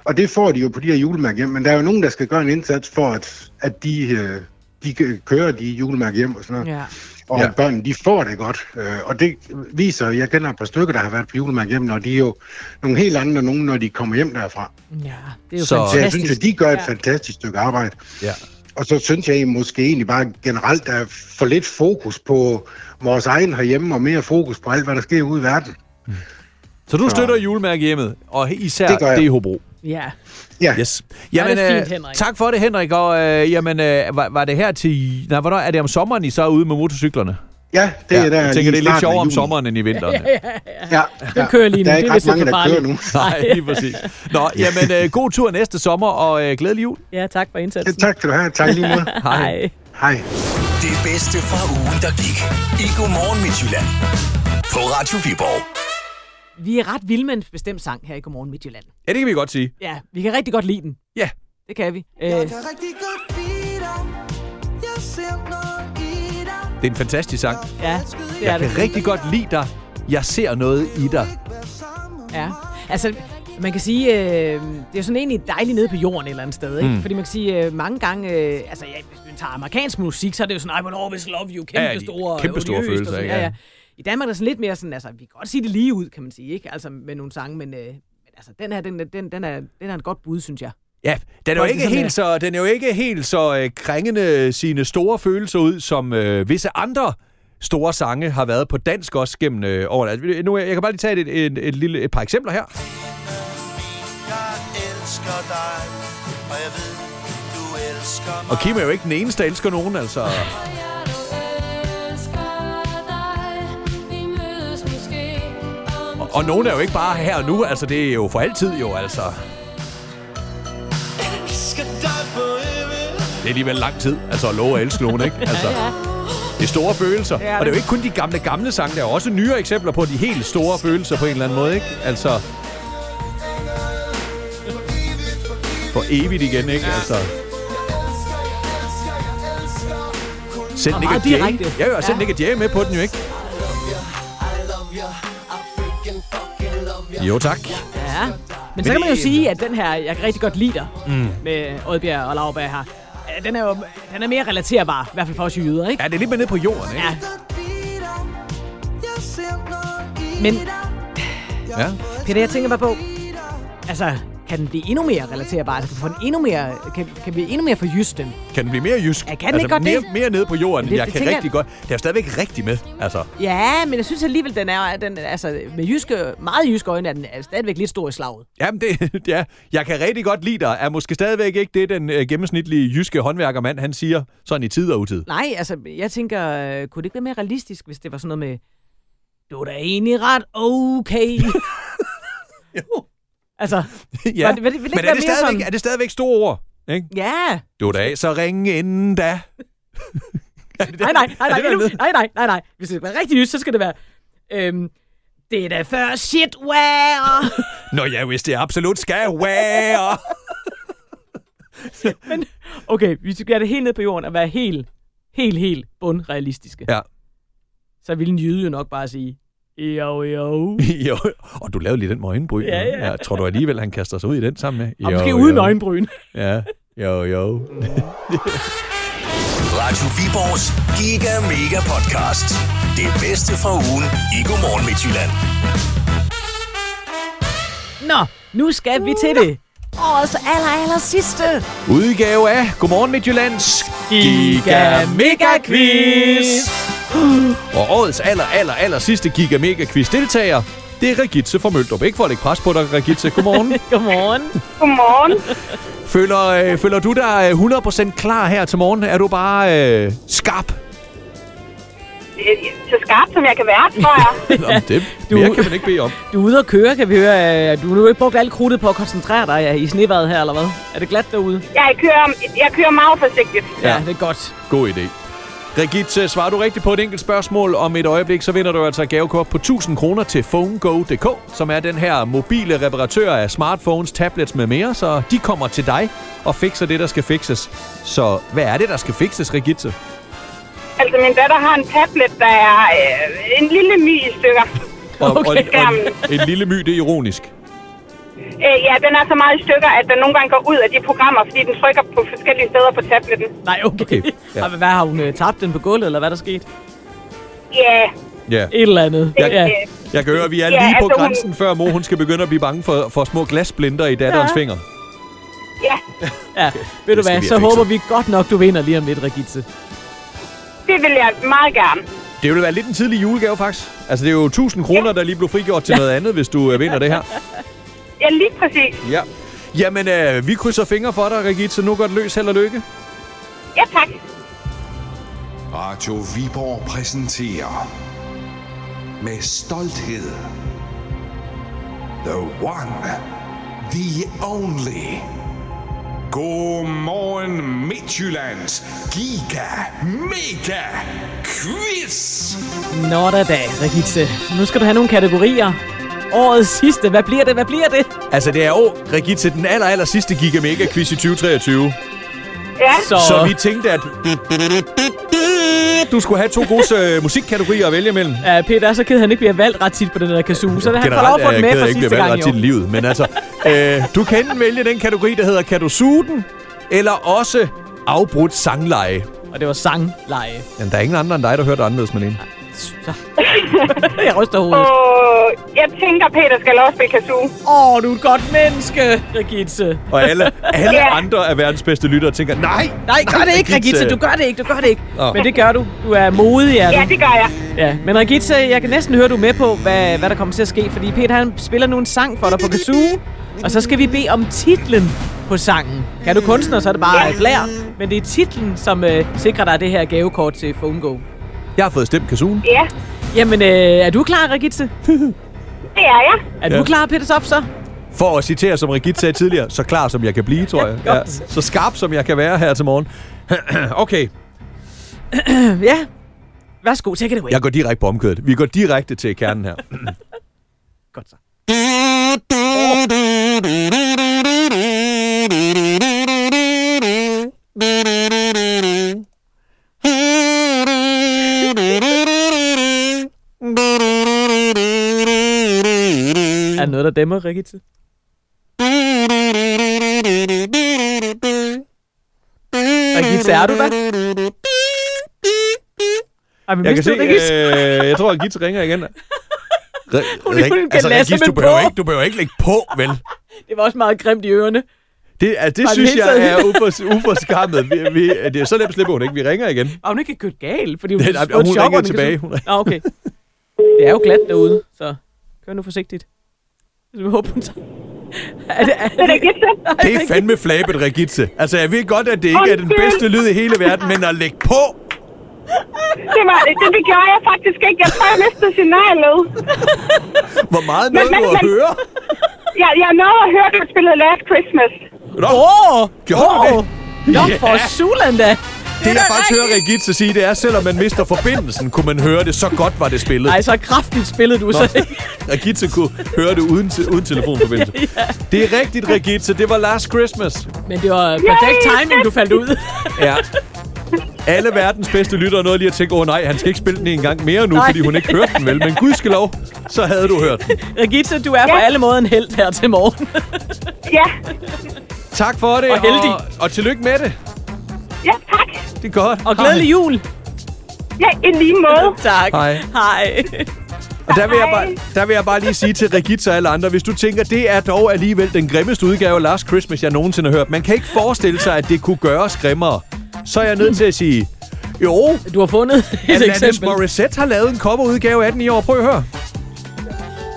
[SPEAKER 6] og det får de jo på de her julemærker hjem. Men der er jo nogen, der skal gøre en indsats for, at, at de, øh, de kan- kører de julemærker hjem og sådan noget.
[SPEAKER 2] ja.
[SPEAKER 6] Og
[SPEAKER 3] Ja.
[SPEAKER 6] ja. børnene, de får det godt. Øh, og det viser, jeg kender et par stykker, der har været på julemærke hjem, og de er jo nogle helt andre end nogen, når de kommer hjem derfra.
[SPEAKER 2] Ja, det er jo så,
[SPEAKER 3] Så-
[SPEAKER 6] Så
[SPEAKER 2] fantastisk.
[SPEAKER 6] jeg synes jo, de gør et
[SPEAKER 2] Ja.
[SPEAKER 6] fantastisk stykke arbejde.
[SPEAKER 3] Ja.
[SPEAKER 6] Og så synes jeg måske egentlig bare generelt, der er for lidt fokus på vores egen herhjemme, og mere fokus på alt, hvad der sker ude i verden.
[SPEAKER 3] Så du støtter julemærkehjemmet, og især
[SPEAKER 6] Det gør jeg.
[SPEAKER 3] det i Hobro.
[SPEAKER 2] Ja.
[SPEAKER 6] Ja, yes.
[SPEAKER 3] Yes.
[SPEAKER 2] det er fint,
[SPEAKER 3] øh,
[SPEAKER 2] Henrik.
[SPEAKER 3] tak for det, Henrik. Og øh, jamen, øh, var, var det her til... Nej, hvornår er det om sommeren, I så er ude med motorcyklerne?
[SPEAKER 6] ja det er der
[SPEAKER 3] jeg
[SPEAKER 6] lige
[SPEAKER 3] tænker,
[SPEAKER 6] i
[SPEAKER 3] det er lidt
[SPEAKER 6] starten af
[SPEAKER 3] sjovere om
[SPEAKER 6] juni.
[SPEAKER 3] sommeren end i vinteren.
[SPEAKER 6] Ja,
[SPEAKER 2] Den kører lige nu.
[SPEAKER 6] Der er
[SPEAKER 2] Det
[SPEAKER 6] ikke
[SPEAKER 2] er
[SPEAKER 6] ret
[SPEAKER 2] vist lidt for
[SPEAKER 6] mange, der kører
[SPEAKER 2] farligt.
[SPEAKER 6] nu.
[SPEAKER 3] Nej, lige præcis. Nå, jamen, øh, god tur næste sommer, og øh, glædelig jul.
[SPEAKER 2] Ja, tak for
[SPEAKER 6] Ja,
[SPEAKER 2] indsatsen.
[SPEAKER 6] tak skal du have. Tak lige måde.
[SPEAKER 2] Hej.
[SPEAKER 6] Hej.
[SPEAKER 1] Det bedste fra ugen, der gik i Godmorgen Midtjylland. På Radio Viborg.
[SPEAKER 2] Vi er ret vilde med en bestemt sang her i Godmorgen Midtjylland.
[SPEAKER 3] Ja, det kan vi godt sige.
[SPEAKER 2] Ja, vi kan rigtig godt lide den.
[SPEAKER 3] Ja.
[SPEAKER 2] Det kan vi. Øh,
[SPEAKER 7] kan rigtig godt lide dig. Jeg ser noget i dig.
[SPEAKER 3] Det er en fantastisk sang.
[SPEAKER 2] ja, det er
[SPEAKER 3] Jeg
[SPEAKER 2] det.
[SPEAKER 3] kan rigtig godt lide dig. Jeg ser noget i dig.
[SPEAKER 2] Ja. Altså, man kan sige, øh, det er jo sådan egentlig dejligt nede på jorden et eller andet sted, ikke? Mm. Fordi man kan sige, øh, mange gange, øh, altså ja, hvis man tager amerikansk musik, så er det jo sådan, I will always love you, kæmpe
[SPEAKER 3] Ja, de
[SPEAKER 2] store,
[SPEAKER 3] kæmpe store
[SPEAKER 2] odiøst og
[SPEAKER 3] følelser,
[SPEAKER 2] sådan,
[SPEAKER 3] ikke?
[SPEAKER 2] ja, ja. I Danmark er det sådan lidt mere sådan, altså, vi kan godt sige det lige ud, kan man sige, ikke? Altså, med nogle sange, men, øh, men altså, den her, den, den, den, er, den er en godt bud, synes jeg.
[SPEAKER 3] Ja, den er jo
[SPEAKER 2] Folk er
[SPEAKER 3] ikke
[SPEAKER 2] sådan
[SPEAKER 3] helt så, den er jo ikke helt så øh, krængende sine store følelser ud, som øh, visse andre store sange har været på dansk også gennem øh, årene. Altså, Nu, jeg kan bare lige tage et, et, et, et, lille, et par eksempler her.
[SPEAKER 7] Jeg elsker dig, og jeg ved, du elsker mig.
[SPEAKER 3] Og Kim er jo ikke den eneste, der elsker nogen, altså. Og, og nogen er jo ikke bare her og nu, altså det er jo for altid jo, altså.
[SPEAKER 7] elsker dig for evigt.
[SPEAKER 3] Det er alligevel lang tid, altså at love at elske nogen, ikke? Altså, det Det er store følelser. Ja,
[SPEAKER 2] det-
[SPEAKER 3] og det er jo ikke kun de gamle, gamle sange. Der er jo også nyere eksempler på de helt store følelser på en eller anden måde, ikke? Altså... For evigt igen, ikke? Altså... Selv
[SPEAKER 2] Og
[SPEAKER 3] Nick
[SPEAKER 2] meget
[SPEAKER 3] Jay.
[SPEAKER 2] direkte.
[SPEAKER 3] Ja, jo, og selv
[SPEAKER 2] Ja.
[SPEAKER 3] Nick og Jay er med på den jo, ikke? Jo, tak.
[SPEAKER 2] Ja. Men så kan man jo sige, at den her, jeg kan rigtig godt lide dig, mm. med Oddbjerg og Lauberg her, øh, den er jo den er mere relaterbar, i hvert fald for os jyder, ikke?
[SPEAKER 3] Ja, det er lidt mere nede på jorden, ikke?
[SPEAKER 2] Ja. Men
[SPEAKER 3] Ja.
[SPEAKER 2] Peter, jeg tænker bare på, altså, kan den blive endnu mere relaterbar? Altså, kan, få den endnu mere, kan, kan blive endnu mere for jysk den?
[SPEAKER 3] Kan den blive mere jysk? Altså,
[SPEAKER 2] Ja, kan den ikke godt
[SPEAKER 3] mere,
[SPEAKER 2] det?
[SPEAKER 3] mere nede på jorden.
[SPEAKER 2] Men det-
[SPEAKER 3] jeg
[SPEAKER 2] det
[SPEAKER 3] kan
[SPEAKER 2] tænker
[SPEAKER 3] rigtig godt. Det er jo stadigvæk rigtig med, altså.
[SPEAKER 2] Ja, men jeg synes alligevel, den er, den, altså, med jyske, meget jyske øjne er den er stadigvæk lidt stor i slaget.
[SPEAKER 3] Jamen, det, ja, jeg kan rigtig godt lide dig, er måske stadigvæk ikke det, den øh, gennemsnitlige jyske håndværkermand, han siger, sådan i tid og utid.
[SPEAKER 2] Nej, altså, jeg tænker, øh, kunne det ikke være mere realistisk, hvis det var sådan noget med, du er da egentlig ret okay.
[SPEAKER 3] Jo.
[SPEAKER 2] altså,
[SPEAKER 3] ja.
[SPEAKER 2] Var det- vil det- vil det ikke
[SPEAKER 3] Men
[SPEAKER 2] være
[SPEAKER 3] er det,
[SPEAKER 2] mere
[SPEAKER 3] stadigvæk,
[SPEAKER 2] sådan-
[SPEAKER 3] er det stadigvæk store ord? Ikke?
[SPEAKER 2] ja.
[SPEAKER 3] Du er da så ring inden da. er det det?
[SPEAKER 2] Nej, nej, nej,
[SPEAKER 3] Er
[SPEAKER 2] nej,
[SPEAKER 3] det, der er
[SPEAKER 2] nej,
[SPEAKER 3] med?
[SPEAKER 2] nej, nej, nej, nej. Hvis det skal være rigtig jysk, så skal det være, øhm, det er da før shit, wow.
[SPEAKER 3] Nå ja, hvis det absolut skal være.
[SPEAKER 2] Okay, vi skal gøre det helt ned på jorden og være helt, helt, helt bundrealistiske.
[SPEAKER 3] Ja.
[SPEAKER 2] Så ville en jyde jo nok bare sige, jo, jo.
[SPEAKER 3] jo. Og du lavede lige den med øjenbryn.
[SPEAKER 2] Ja, ja.
[SPEAKER 3] Tror du alligevel, han kaster sig ud i den sammen med?
[SPEAKER 2] Og måske uden øjenbryn.
[SPEAKER 3] Ja, jo, jo.
[SPEAKER 1] Radio Viborgs Giga Mega Podcast. Det bedste fra ugen i Godmorgen Midtjylland.
[SPEAKER 2] Nå, nu skal vi til det. Årets aller, aller sidste.
[SPEAKER 3] Udgave af Godmorgen Midtjyllands
[SPEAKER 2] Giga Mega Quiz.
[SPEAKER 3] Og årets aller, aller, aller sidste Giga Mega Quiz deltager, det er Regitze fra Møldrup. Ikke for at lægge pres på dig, Regitze. Godmorgen.
[SPEAKER 2] Godmorgen.
[SPEAKER 4] Godmorgen.
[SPEAKER 3] føler, øh, føler du dig øh, 100% klar her til morgen? Er du bare øh, skarp?
[SPEAKER 4] Øh, Så skarp som jeg kan være, tror jeg.
[SPEAKER 3] Nå, men det
[SPEAKER 2] Du-
[SPEAKER 3] mere kan man ikke bede om.
[SPEAKER 2] Du er ude at køre, kan vi høre. Øh, Du har nu ikke brugt alt krudtet på at koncentrere dig øh, i sneværet her, eller hvad? Er det glat derude?
[SPEAKER 4] Jeg kører, jeg kører meget forsigtigt.
[SPEAKER 3] Ja.
[SPEAKER 2] det er godt.
[SPEAKER 3] God idé. Regitze, svarer du rigtigt på et enkelt spørgsmål om et øjeblik, så vinder du altså et gavekort på 1000 kroner til PhoneGo.dk, som er den her mobile reparatør af smartphones, tablets med mere, så de kommer til dig og fikser det, der skal fikses. Så hvad er det, der skal fikses, Regitze?
[SPEAKER 4] Altså, min datter har en tablet, der er øh, en lille my i stykker.
[SPEAKER 3] Og, og,
[SPEAKER 2] Okay.
[SPEAKER 3] og en, en lille my, det er ironisk.
[SPEAKER 4] Øh, ja, den er så meget i stykker, at den nogle gange går ud af de programmer, fordi den trykker på forskellige steder på tabletten.
[SPEAKER 2] Nej, okay.
[SPEAKER 3] Okay,
[SPEAKER 2] okay.
[SPEAKER 3] ja.
[SPEAKER 2] Ja. Hvad har hun øh, tabt den på gulvet, eller hvad er der sket?
[SPEAKER 4] Ja,
[SPEAKER 3] Ja.
[SPEAKER 2] Et eller andet.
[SPEAKER 4] det, ja.
[SPEAKER 3] Jeg kan høre, at vi er
[SPEAKER 4] Ja,
[SPEAKER 3] lige på
[SPEAKER 4] altså, hun-
[SPEAKER 3] grænsen, før mor hun skal begynde at blive bange for, for små glasblinder i datterens
[SPEAKER 2] Ja.
[SPEAKER 3] fingre.
[SPEAKER 4] ja,
[SPEAKER 2] ja. Ved du hvad,
[SPEAKER 3] skal vi
[SPEAKER 2] så
[SPEAKER 3] have fikset.
[SPEAKER 2] håber vi godt nok, du vinder lige om lidt, Regitze.
[SPEAKER 4] det vil jeg meget gerne.
[SPEAKER 3] Det ville være lidt en tidlig julegave, faktisk. Altså, det er jo 1000 kroner, der lige blev frigjort til noget andet, hvis du øh, vinder det her.
[SPEAKER 4] Ja, lige præcis.
[SPEAKER 3] Ja. Jamen, øh, vi krydser fingre for dig, Regitze. Nu går det løs. Held og lykke.
[SPEAKER 4] Ja, tak.
[SPEAKER 8] Radio Viborg præsenterer med stolthed The One, The Only. Godmorgen Midtjyllands Giga Mega Quiz.
[SPEAKER 2] Nå da da, Regitze. Nu skal du have nogle kategorier. Årets sidste. Hvad bliver det? Hvad bliver det?
[SPEAKER 3] Altså, det er jo, Regitze, den aller, aller sidste Giga Mega Quiz i 2023.
[SPEAKER 4] Ja,
[SPEAKER 2] Så,
[SPEAKER 3] Så vi tænkte, at du skulle have to gode øh, musikkategorier at vælge imellem.
[SPEAKER 2] ja, Peter er så ked, at han ikke bliver valgt ret tit på den der kazoo. Så han får lov at få den
[SPEAKER 3] jeg
[SPEAKER 2] med for
[SPEAKER 3] ikke
[SPEAKER 2] sidste
[SPEAKER 3] blive valgt
[SPEAKER 2] gang,
[SPEAKER 3] ret
[SPEAKER 2] jo.
[SPEAKER 3] tit i livet. Men altså, øh, du kan enten vælge den kategori, der hedder Kan du suge den? Eller også afbrudt sangleje.
[SPEAKER 2] Og det var sangleje.
[SPEAKER 3] Jamen, der er ingen andre end dig, der hørte anderledes, Malene.
[SPEAKER 2] Så. jeg ryster hovedet.
[SPEAKER 4] og jeg tænker, Peter skal også spille kazoo.
[SPEAKER 2] Åh, oh, du er et godt menneske, Regitze.
[SPEAKER 3] Og alle, alle
[SPEAKER 4] Ja.
[SPEAKER 3] andre af verdens bedste lyttere tænker, nej, øh,
[SPEAKER 2] Nej, gør det ikke, Regitze. Du gør det ikke, du gør det ikke.
[SPEAKER 3] Nå.
[SPEAKER 2] Men det gør du. Du er modig, er
[SPEAKER 4] Ja,
[SPEAKER 2] du.
[SPEAKER 4] det gør jeg.
[SPEAKER 2] Ja. Men Regitze, jeg kan næsten høre, du er med på, hvad, hvad der kommer til at ske. Fordi Peter, han spiller nu en sang for dig på kazoo. Og så skal vi bede om titlen på sangen. Kan du kunstner, så er det bare et blær. Men det er titlen, som øh, sikrer dig det her gavekort til PhoneGo.
[SPEAKER 3] Jeg har fået stemt kasuen.
[SPEAKER 4] Ja,
[SPEAKER 2] Jamen, øh, er du klar, Regitze?
[SPEAKER 4] det er jeg.
[SPEAKER 2] Er ja.
[SPEAKER 3] Ja.
[SPEAKER 2] du klar, Peter Sof, så?
[SPEAKER 3] For at citere, som Rigit sagde tidligere, så klar som jeg kan blive, tror jeg.
[SPEAKER 2] godt.
[SPEAKER 3] så skarp som jeg kan være her til morgen. okay,
[SPEAKER 2] Ja. Værsgo, take it away.
[SPEAKER 3] Jeg går direkte på omkødet. Vi går direkte til kernen her.
[SPEAKER 2] Godt så. Er der noget, der dæmmer, Rikke? Rikke, er du der? Ej, men
[SPEAKER 3] Jeg
[SPEAKER 2] vidste
[SPEAKER 3] kan se,
[SPEAKER 2] du det, Rikke?
[SPEAKER 3] øh, jeg tror, at Gitz ringer igen. Re-
[SPEAKER 2] Hun- hun kan lade sig
[SPEAKER 3] Regis,
[SPEAKER 2] med
[SPEAKER 3] du behøver,
[SPEAKER 2] på.
[SPEAKER 3] ikke, du behøver ikke lægge på, vel? altså,
[SPEAKER 2] Det var også meget grimt i ørerne.
[SPEAKER 3] Det, altså, det
[SPEAKER 2] Ej,
[SPEAKER 3] synes
[SPEAKER 2] men helt
[SPEAKER 3] jeg er
[SPEAKER 2] seriøst.
[SPEAKER 3] ufor, uforskammet. Vi, vi, det er så nemt slipper hun ikke. Vi ringer igen.
[SPEAKER 2] Og hun ikke kørt gal, fordi hun
[SPEAKER 3] Det-
[SPEAKER 2] det,
[SPEAKER 3] nej,
[SPEAKER 2] har fået
[SPEAKER 3] hun
[SPEAKER 2] et chok,
[SPEAKER 3] ringede
[SPEAKER 2] og den kan
[SPEAKER 3] tilbage.
[SPEAKER 2] så-
[SPEAKER 3] Hun ringede.
[SPEAKER 2] ligesom. Nå, okay. Det er jo glat derude, så kør nu forsigtigt. Så vi håber, hun tager... Er det, er det,
[SPEAKER 3] Det er fandme flabet, Regitze. Altså, jeg ved godt, at det ikke er den bedste lyd i hele verden, men at lægge på...
[SPEAKER 9] Det, var, det, det gjorde jeg faktisk ikke. Jeg tror, jeg mistede signalet.
[SPEAKER 3] Hvor meget noget
[SPEAKER 9] men-
[SPEAKER 3] du at
[SPEAKER 9] men-
[SPEAKER 3] høre?
[SPEAKER 9] Jeg, jeg nåede at høre, at du spillede Last Christmas.
[SPEAKER 3] Nå,
[SPEAKER 2] Åh!
[SPEAKER 3] Gjorde du det?
[SPEAKER 2] Nå,
[SPEAKER 3] Ja.
[SPEAKER 2] for sulan da!
[SPEAKER 3] det jeg faktisk hører Regitze sige, det er, selvom man mister forbindelsen, kunne man høre det. Så godt var det spillet.
[SPEAKER 2] Ej, så kraftigt spillede du, så ikke.
[SPEAKER 3] Regitze kunne høre det uden, te- uden telefonforbindelse. Det er rigtigt, Regitze. Det var Last Christmas.
[SPEAKER 2] Men det var perfekt timing, du faldt ud.
[SPEAKER 3] Ja. Alle verdens bedste lyttere nåede lige at tænke, åh oh, nej, han skal ikke spille den en gang mere nu,
[SPEAKER 2] Nej.
[SPEAKER 3] fordi hun ikke hørte den vel. Men gudskelov, så havde du hørt den.
[SPEAKER 2] Regitze, du er på alle måder en held her til morgen.
[SPEAKER 9] Ja,
[SPEAKER 3] Tak for det.
[SPEAKER 2] Og heldig.
[SPEAKER 3] Og, og tillykke med det.
[SPEAKER 9] ja tak.
[SPEAKER 3] Det er godt.
[SPEAKER 2] Og glædelig jul!
[SPEAKER 9] Ja, i lige måde.
[SPEAKER 2] Tak.
[SPEAKER 3] Hej.
[SPEAKER 2] Hej.
[SPEAKER 3] Og der vil, jeg
[SPEAKER 9] Hej.
[SPEAKER 3] bare, der vil jeg bare lige sige til Regitza og alle andre, hvis du tænker, det er dog alligevel den grimmeste udgave af Last Christmas, jeg nogensinde har hørt. Man kan ikke forestille sig, at det kunne gøres grimmere. Så er jeg nødt til at sige, jo,
[SPEAKER 2] Du har fundet et
[SPEAKER 3] Alanis
[SPEAKER 2] eksempel.
[SPEAKER 3] Morissette har lavet en coverudgave af den i år. Prøv at høre.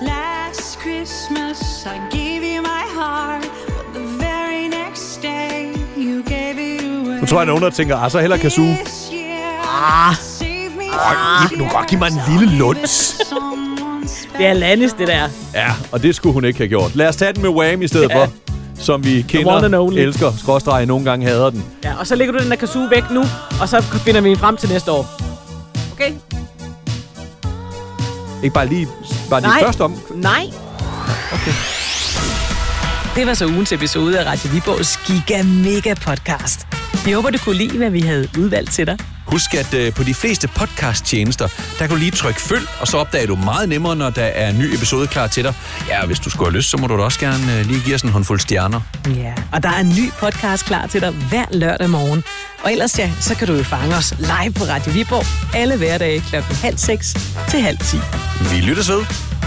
[SPEAKER 10] Last Christmas, I gave you my heart, but the very next day, you gave it away.
[SPEAKER 3] Nu tror jeg, at nogen der tænker, ah, så heller kan suge.
[SPEAKER 10] This year, save me from
[SPEAKER 3] Ah. giv- nu godt, giv mig en lille luns.
[SPEAKER 10] someone
[SPEAKER 2] Det er Lannis, det der.
[SPEAKER 3] Ja, og det skulle hun ikke have gjort. Lad os tage den med Wham i stedet
[SPEAKER 2] Ja.
[SPEAKER 3] for. Som vi
[SPEAKER 2] one and
[SPEAKER 3] kender,
[SPEAKER 2] only.
[SPEAKER 3] elsker, skråstreger, nogle gange hader den.
[SPEAKER 2] Ja, og så lægger du den der kazoo væk nu, og så finder vi en frem til næste år. Okay?
[SPEAKER 3] Ikke bare lige, bare lige
[SPEAKER 2] Nej.
[SPEAKER 3] først om.
[SPEAKER 2] Nej. Okay. Det var så ugens episode af Radio Viborgs Giga Mega Podcast. Vi håber, du kunne lide, hvad vi havde udvalgt til dig.
[SPEAKER 11] Husk, at øh, på de fleste podcasttjenester, der kan du lige trykke følg, og så opdager du meget nemmere, når der er en ny episode klar til dig. Ja, og hvis du skulle have lyst, så må du da også gerne øh, lige give os en håndfuld stjerner.
[SPEAKER 10] Ja, og der er en ny podcast klar til dig hver lørdag morgen. Og ellers ja, så kan du jo fange os live på Radio Viborg alle hverdage kl. halv seks til halv ti.
[SPEAKER 11] Vi lyttes ved.